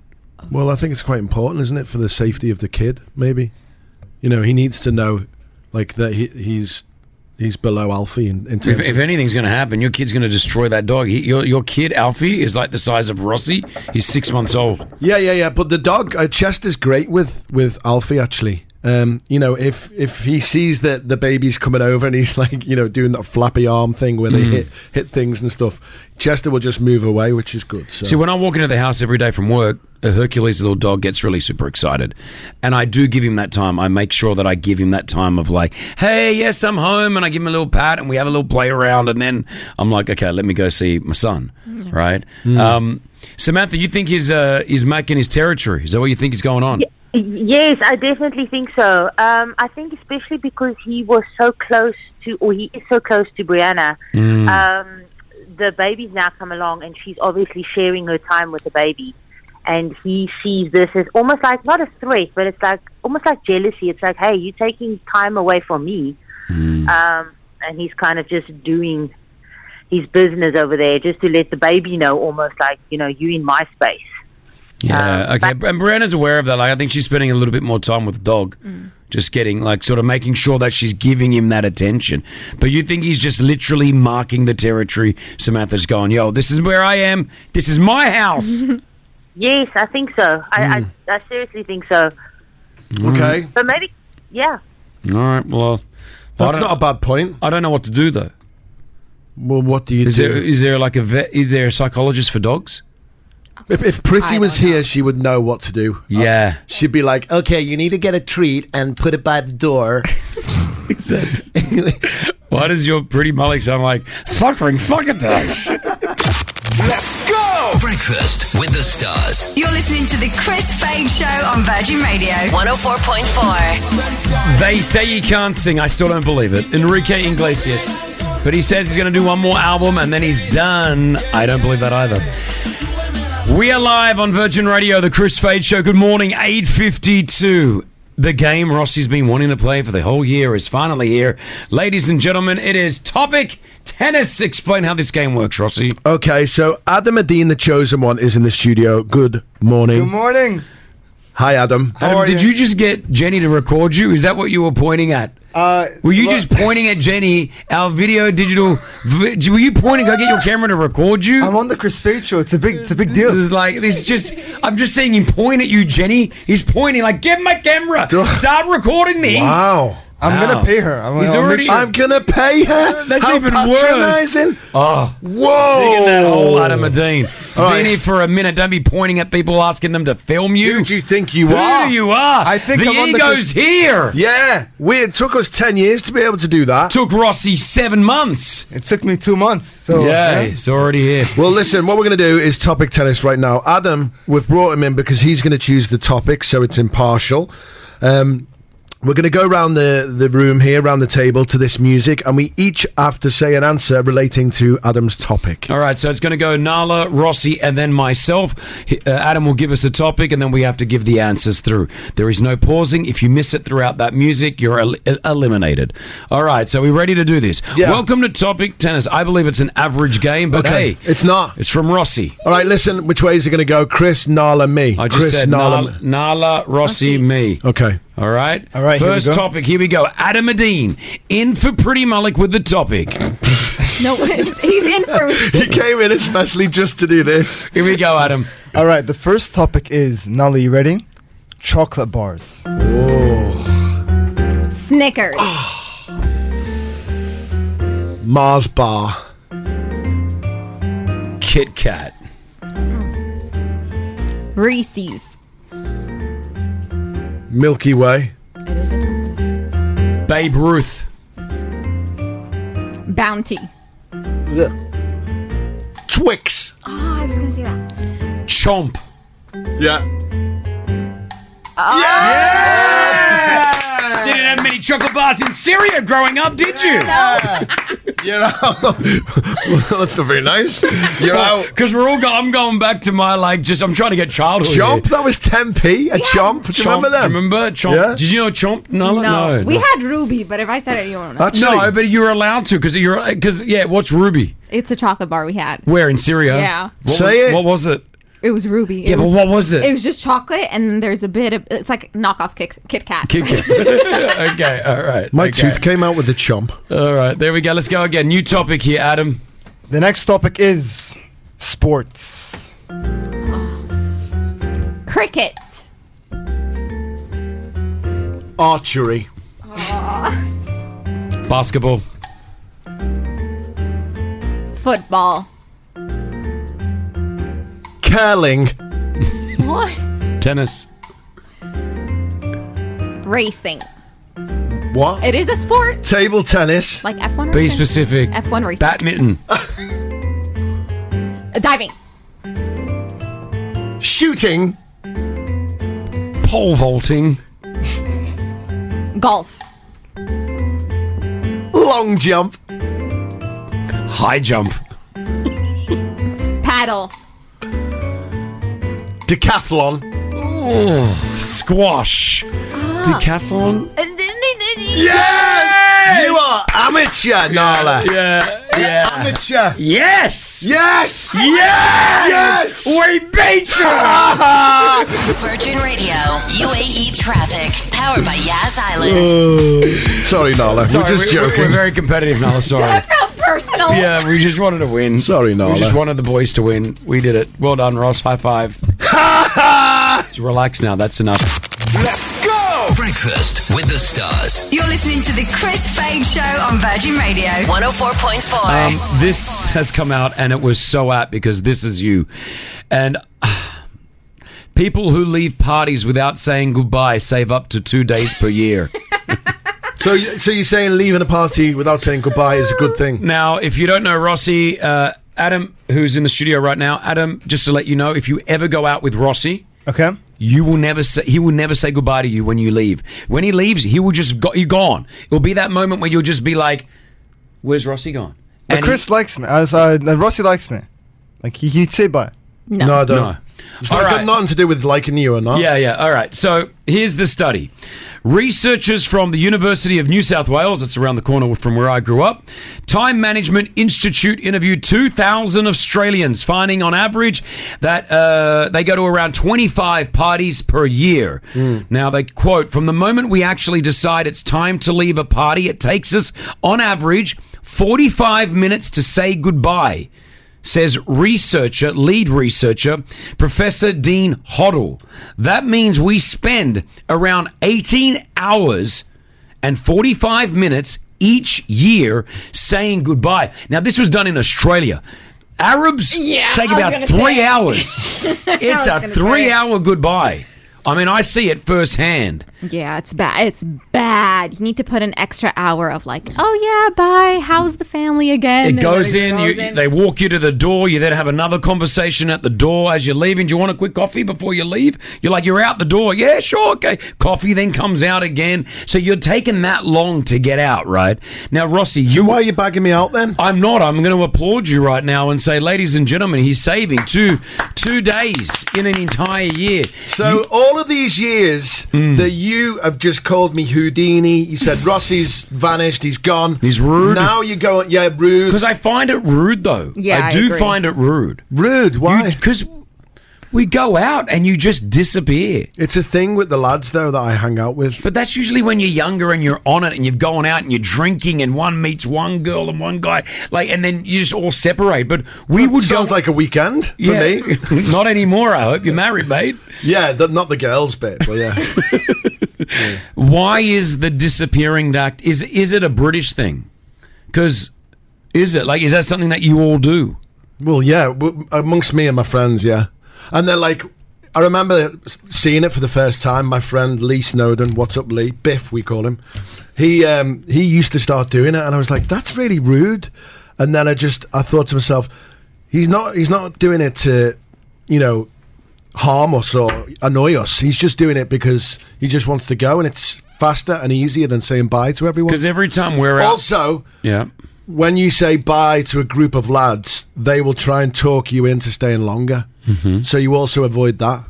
Speaker 9: Well, I think it's quite important, isn't it, for the safety of the kid? Maybe, you know, he needs to know, like that he, he's he's below Alfie in, in
Speaker 8: If,
Speaker 9: terms.
Speaker 8: if
Speaker 9: of,
Speaker 8: anything's going to happen, your kid's going to destroy that dog. He, your your kid Alfie is like the size of Rossi. He's six months old.
Speaker 9: yeah, yeah, yeah. But the dog uh, Chester's great with with Alfie actually. Um, you know, if if he sees that the baby's coming over and he's [laughs] like, you know, doing that flappy arm thing where they
Speaker 8: Mm.
Speaker 9: hit hit things and stuff, Chester will just move away, which is good. So.
Speaker 8: See, when I walk into the house every day from work, a Hercules little dog gets really super excited. And I do give him that time. I make sure that I give him that time of like, hey, yes, I'm home. And I give him a little pat and we have a little play around. And then I'm like, okay, let me go see my son. Right? Um, Samantha, you think he's, uh, he's making his territory. Is that what you think is going on?
Speaker 20: Yes, I definitely think so. Um, I think especially because he was so close to, or he is so close to Brianna.
Speaker 21: Mm.
Speaker 20: Um, the baby's now come along, and she's obviously sharing her time with the baby. And he sees this as almost like not a threat, but it's like almost like jealousy. It's like, hey, you're taking time away from me, um, and he's kind of just doing his business over there, just to let the baby know, almost like you know, you in my space.
Speaker 8: Yeah. okay. and Brianna's aware of that. Like, I think she's spending a little bit more time with the dog. Just getting, like, sort of making sure that she's giving him that attention. But you think he's just literally marking the territory. Samantha's going, yo, this is where I am. This is my house.
Speaker 20: [laughs]
Speaker 8: Hmm.
Speaker 20: Yes, I think so. I, I, I seriously think so.
Speaker 8: Okay.
Speaker 20: But maybe, yeah.
Speaker 8: All right. Well,
Speaker 9: That's not a bad point.
Speaker 8: I don't know what to do, though.
Speaker 9: Well, what do you
Speaker 8: is
Speaker 9: do?
Speaker 8: There, is there, like, a vet? Is there a psychologist for dogs?
Speaker 9: If, if Pretty was here, she would know what to do. Uh,
Speaker 8: Yeah.
Speaker 9: she'd be like, okay, you need to get a treat and put it by
Speaker 8: [laughs]
Speaker 9: the door. [laughs]
Speaker 8: Why does your pretty mullet sound like fucking fucking dog?
Speaker 1: Let's go!
Speaker 2: Breakfast with the stars.
Speaker 7: You're listening to the Chris Fade Show on Virgin Radio 104.4.
Speaker 8: They say he can't sing. I still don't believe it. Enrique Iglesias. But he says he's going to do one more album and then he's done. I don't believe that either. We are live on Virgin Radio, the Chris Fade Show. Good morning, 8.52. The game Rossi's been wanting to play for the whole year is finally here. Ladies and gentlemen, it is Topic Tennis. Explain how this game works, Rossi.
Speaker 9: okay, so Adam Adine, the chosen one, is in the studio. Good morning.
Speaker 22: Good morning.
Speaker 9: Hi, Adam.
Speaker 8: Adam,
Speaker 21: Oh,
Speaker 8: did you just get Jenny to record you? Is that what you were pointing at?
Speaker 21: Uh,
Speaker 8: were you just pointing at Jenny, our video digital? vi- Were you pointing? Go get your camera to record you. I'm
Speaker 21: on the Chris Fade show. It's a big, it's a big deal.
Speaker 8: This is like this. Is just I'm just seeing him point at you, Jenny. He's pointing like, get my camera. Start recording me.
Speaker 21: Wow. I'm gonna pay her. I'm-
Speaker 8: He's
Speaker 21: I'll make
Speaker 8: already.
Speaker 21: sure- I'm
Speaker 9: gonna pay her.
Speaker 8: That's
Speaker 21: How
Speaker 8: even
Speaker 21: patronizing.
Speaker 8: worse. Oh,
Speaker 9: whoa!
Speaker 8: Digging that hole out of Medine.
Speaker 21: All
Speaker 8: Been
Speaker 21: right.
Speaker 8: here for a minute. Don't be pointing at people asking them to film you. Who do
Speaker 9: you think you
Speaker 8: Who you are?
Speaker 9: I think
Speaker 8: the
Speaker 9: I'm on the-
Speaker 8: ego's here.
Speaker 9: Yeah, we, it took us ten years to be able to do that.
Speaker 8: Took Rossi seven months.
Speaker 21: It took me two months. So uh,
Speaker 8: yeah, it's already here.
Speaker 9: Well, listen, what we're going to do is topic tennis right now. Adam, we've brought him in because he's going to choose the topic, so it's impartial. Um, we're going to go round the, the room here, round the table to this music, and we each have to say an answer relating to Adam's topic.
Speaker 8: All right, so it's going to go Nala, Rossi, and then myself. H- Uh, Adam will give us a topic, and then we have to give the answers through. There is no pausing. If you miss it throughout that music, you're el- el- eliminated. All right, so we're ready to do this. Welcome to Topic Tennis. I believe it's an average game, but
Speaker 9: Okay,
Speaker 8: hey,
Speaker 9: it's not.
Speaker 8: It's from Rossi.
Speaker 9: All right, listen, which ways are going to go? Chris, Nala, me.
Speaker 8: I just
Speaker 9: Chris,
Speaker 8: said
Speaker 9: Nala,
Speaker 8: Nala, Nala, Rossi, me.
Speaker 9: Okay.
Speaker 8: All right. All
Speaker 9: right, here we
Speaker 8: First
Speaker 9: go.
Speaker 8: topic. Here we go. Adam Adine in for Pretty Mullick with the topic.
Speaker 4: No, [laughs] he's in for.
Speaker 9: he came in especially just to do this.
Speaker 8: Here we go, Adam.
Speaker 21: All right. The first topic is Nala. You ready? Chocolate bars.
Speaker 4: Snickers.
Speaker 9: Mars bar.
Speaker 8: Kit Kat.
Speaker 4: Reese's.
Speaker 9: Milky Way.
Speaker 8: Babe Ruth.
Speaker 4: Bounty.
Speaker 9: Twix.
Speaker 4: Oh, I was gonna say that.
Speaker 8: Chomp.
Speaker 9: Yeah.
Speaker 8: Didn't have many chocolate bars in Syria growing up, did you?
Speaker 9: You're out. well, [laughs] that's not very nice. You're out.
Speaker 8: Because we're all go- I'm going back to my like just I'm trying to get childhood.
Speaker 9: Chomp,
Speaker 8: here.
Speaker 9: that was 10p. A chomp. Do you remember
Speaker 8: Oh, Chomp,
Speaker 9: them?
Speaker 8: Remember chomp?
Speaker 9: Yeah. [laughs]
Speaker 8: Did you know chomp? No, no.
Speaker 4: we
Speaker 8: no.
Speaker 4: had Ruby, but if I said it, you won't know.
Speaker 8: no, but you're allowed to because you're because yeah. What's Ruby?
Speaker 4: It's a chocolate bar we had.
Speaker 8: Where in Syria?
Speaker 4: Yeah.
Speaker 8: What
Speaker 4: Say
Speaker 8: was,
Speaker 4: it.
Speaker 8: What was it?
Speaker 4: It was Ruby. It
Speaker 8: Yeah, but what was it?
Speaker 4: It was just chocolate, and then there's a bit of it's like knockoff Kit, Kit Kat.
Speaker 8: Kit Kat. okay, all right.
Speaker 9: My
Speaker 8: okay.
Speaker 9: tooth came out with a chomp.
Speaker 8: All right, there we go. Let's go again. New topic here, Adam.
Speaker 21: The next topic is sports.
Speaker 4: [laughs] Cricket.
Speaker 9: Archery.
Speaker 8: Basketball.
Speaker 4: Football.
Speaker 9: Curling.
Speaker 4: What?
Speaker 8: Tennis.
Speaker 4: Racing.
Speaker 9: What?
Speaker 4: It is a sport.
Speaker 9: Table tennis.
Speaker 4: Like F1
Speaker 9: Be
Speaker 4: racing.
Speaker 9: specific.
Speaker 4: F1 racing.
Speaker 8: Badminton.
Speaker 4: Uh, Diving.
Speaker 9: Shooting.
Speaker 8: Pole vaulting.
Speaker 4: Golf.
Speaker 9: Long jump.
Speaker 8: High jump.
Speaker 4: Paddle.
Speaker 9: Decathlon.
Speaker 8: squash. Decathlon.
Speaker 9: Yes! You are amateur, Nala.
Speaker 8: Yeah.
Speaker 9: You're
Speaker 8: yeah.
Speaker 9: Amateur.
Speaker 8: Yes.
Speaker 9: Yes.
Speaker 1: Yes!
Speaker 9: Yes.
Speaker 1: We
Speaker 8: beat
Speaker 7: Virgin Radio,
Speaker 2: E
Speaker 7: UAE traffic, powered by Yaz
Speaker 8: Uh.
Speaker 7: Island.
Speaker 9: you. Sorry, Nala.
Speaker 8: Sorry,
Speaker 9: we're just
Speaker 8: we- we-
Speaker 9: joking.
Speaker 8: We're very competitive,
Speaker 2: [laughs]
Speaker 8: Nala. Sorry.
Speaker 4: felt personal.
Speaker 8: Yeah, we just wanted to win.
Speaker 9: Sorry, Nala.
Speaker 8: We just wanted the boys to win. We did it. Well done, Ross. High
Speaker 9: [laughs]
Speaker 8: five. Just relax now. That's enough.
Speaker 1: Let's go!
Speaker 2: Breakfast with the stars.
Speaker 7: You're listening to the Chris Fade Show on Virgin Radio 104.4.
Speaker 21: [laughs]
Speaker 8: Um, this has come out and it was so apt because this is you. And [sighs] ah, people who leave parties without saying goodbye save up to two days
Speaker 21: [laughs]
Speaker 8: per year.
Speaker 9: so, you- so you're saying leaving a party without saying goodbye is a good thing?
Speaker 8: Now, if you don't know Rossi, uh, Adam, who's in the studio right now, Adam, just to let you know, if you ever go out with Rossi,
Speaker 21: Okay.
Speaker 8: you will never say he will never say goodbye to you when you leave. When he leaves, he will just go, you're gone. It'll be that moment where you'll just be like, "Where's Rossi gone?"
Speaker 21: But
Speaker 8: And
Speaker 21: Chris likes me. I was, uh, Rossi likes me. Like he, he'd say bye.
Speaker 4: No.
Speaker 9: I don't.
Speaker 8: No.
Speaker 9: It's not got nothing to do with liking you or not.
Speaker 8: Yeah, yeah. All right. So here's the study. Researchers from the University of New South Wales, that's around the corner from where I grew up, Time Management Institute interviewed 2,000 Australians, finding on average that uh, they go to around 25 parties per year.
Speaker 9: Hmm.
Speaker 8: Now, they quote From the moment we actually decide it's time to leave a party, it takes us, on average, 45 minutes to say goodbye says researcher, lead researcher, Professor Dean Hoddle. That means we spend around 18 hours and 45 minutes each year saying goodbye. Now, this was done in Australia. Arabs
Speaker 5: Yeah,
Speaker 8: take
Speaker 5: I was
Speaker 8: about
Speaker 5: gonna
Speaker 8: three
Speaker 5: say.
Speaker 8: hours.
Speaker 5: [laughs]
Speaker 8: [laughs] It's a three hour goodbye. I mean, I see it firsthand.
Speaker 4: Yeah, it's bad. It's bad. You need to put an extra hour of like, oh yeah, bye. How's the family again?
Speaker 8: It
Speaker 4: And
Speaker 8: goes
Speaker 4: then
Speaker 8: in, you, They walk you to the door. You then have another conversation at the door as you're leaving. Do you want a quick coffee before you leave? You're like, you're out the door. Yeah, sure, okay. Coffee then comes out again. So you're taking that long to get out, right? Now, Rossi, you why
Speaker 9: are you bugging me out then?
Speaker 8: I'm not. I'm going to applaud you right now and say, ladies and gentlemen, he's saving two two days in an entire year.
Speaker 9: So all of these years
Speaker 8: Mm.
Speaker 9: that you have just called me Houdini, you said Rossi's vanished, he's gone, he's
Speaker 8: rude.
Speaker 9: Now you go, yeah, rude. Because
Speaker 8: I find it rude though. I do find it rude.
Speaker 9: Rude? Why?
Speaker 8: Because we go out and you just disappear.
Speaker 9: It's a thing with the lads though that I hang out with.
Speaker 8: But that's usually when you're younger and you're on it and you've gone out and you're drinking and one meets one girl and one guy, like, and then you just all separate. But we would sounds
Speaker 9: like a weekend for me.
Speaker 8: [laughs] not anymore. I hope you're married, mate.
Speaker 9: Yeah, the, not the girls bit, but yeah.
Speaker 8: [laughs] Why is the disappearing act? Is is it a British thing? Because is it like is that something that you all do?
Speaker 9: Well, yeah, w- amongst me and my friends, yeah. And they're like, I remember s- seeing it for the first time. My friend Lee Snowden, what's up, Lee? Biff, we call him. He um, he used to start doing it, and I was like, that's really rude. And then I just I thought to myself, he's not he's not doing it to, you know, harm us or annoy us. He's just doing it because he just wants to go, and it's faster and easier than saying bye to everyone.
Speaker 8: Because every time we're out,
Speaker 9: also
Speaker 8: yeah.
Speaker 9: when you say bye to a group of lads, they will try and talk you into staying longer. So you also avoid that.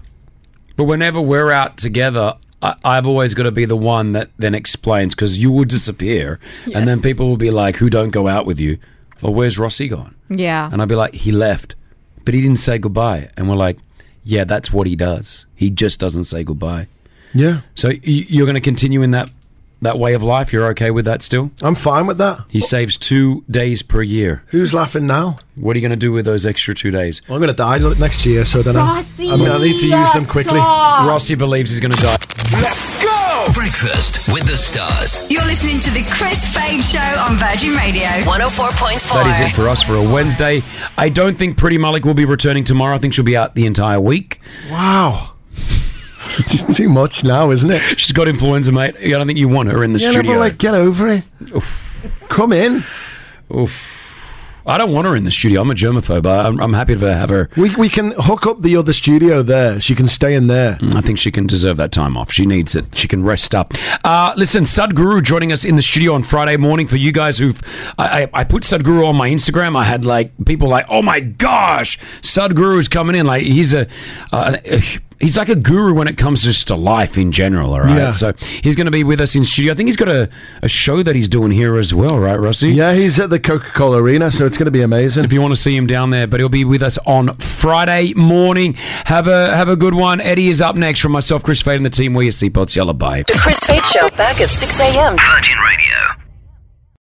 Speaker 8: But whenever we're out together, I, I've always got to be the one that then explains because you will disappear, and then people will be like, "Who don't go out with you?" Well, where's Rossi gone?
Speaker 4: Yeah.
Speaker 8: And I'd be like, he left, but he didn't say goodbye. And we're like, yeah, that's what he does. He just doesn't say goodbye.
Speaker 9: Yeah.
Speaker 8: So y- you're going to continue in that that way of life. You're okay with that still?
Speaker 9: I'm fine with that.
Speaker 8: He saves two days per year.
Speaker 9: Who's laughing now?
Speaker 8: What are you going to do with those extra two days?
Speaker 9: I'm going to die l- next year, so then I,
Speaker 8: Rossi,
Speaker 9: I, mean, I need to use them quickly.
Speaker 5: stop.
Speaker 8: Rossi believes he's going to die.
Speaker 1: Let's go!
Speaker 2: Breakfast with the stars.
Speaker 7: You're listening to the Chris Fade Show on Virgin Radio 104.4.
Speaker 8: That is it for us for a Wednesday. I don't think Pretty Malik will be returning tomorrow. I think she'll be out the entire week.
Speaker 9: Wow. [laughs] It's too much now, isn't it?
Speaker 8: She's got influenza, mate. I don't think you want her in the
Speaker 9: yeah, no,
Speaker 8: studio.
Speaker 9: but like, get over it. Come in.
Speaker 8: Oof. I don't want her in the studio. I'm a germaphobe. I- I'm, I'm happy to have her.
Speaker 9: We, we can hook up the other studio there. She can stay in there.
Speaker 8: Mm, I think she can deserve that time off. She needs it. She can rest up. Uh, listen, Sadhguru joining us in the studio on Friday morning for you guys who've. I, I, I put Sadhguru on my Instagram. I had like people like, oh my gosh, Sadhguru's coming in. Like he's a. Uh, He's like a guru when it comes just to life in general, all right?
Speaker 9: Yeah.
Speaker 8: So he's going to be with us in studio. I think he's got a, a show that he's doing here as well, right, Rossi?
Speaker 9: Yeah, he's at the Coca Cola Arena, so it's going to be amazing.
Speaker 8: If you want to see him down there, but he'll be with us on Friday morning. Have a have a good one. Eddie is up next from myself, Chris Fade, and the team. Wear your seatbelts, yellow bye. [laughs]
Speaker 7: The Chris Fade Show back at 6 a.m. Virgin Radio.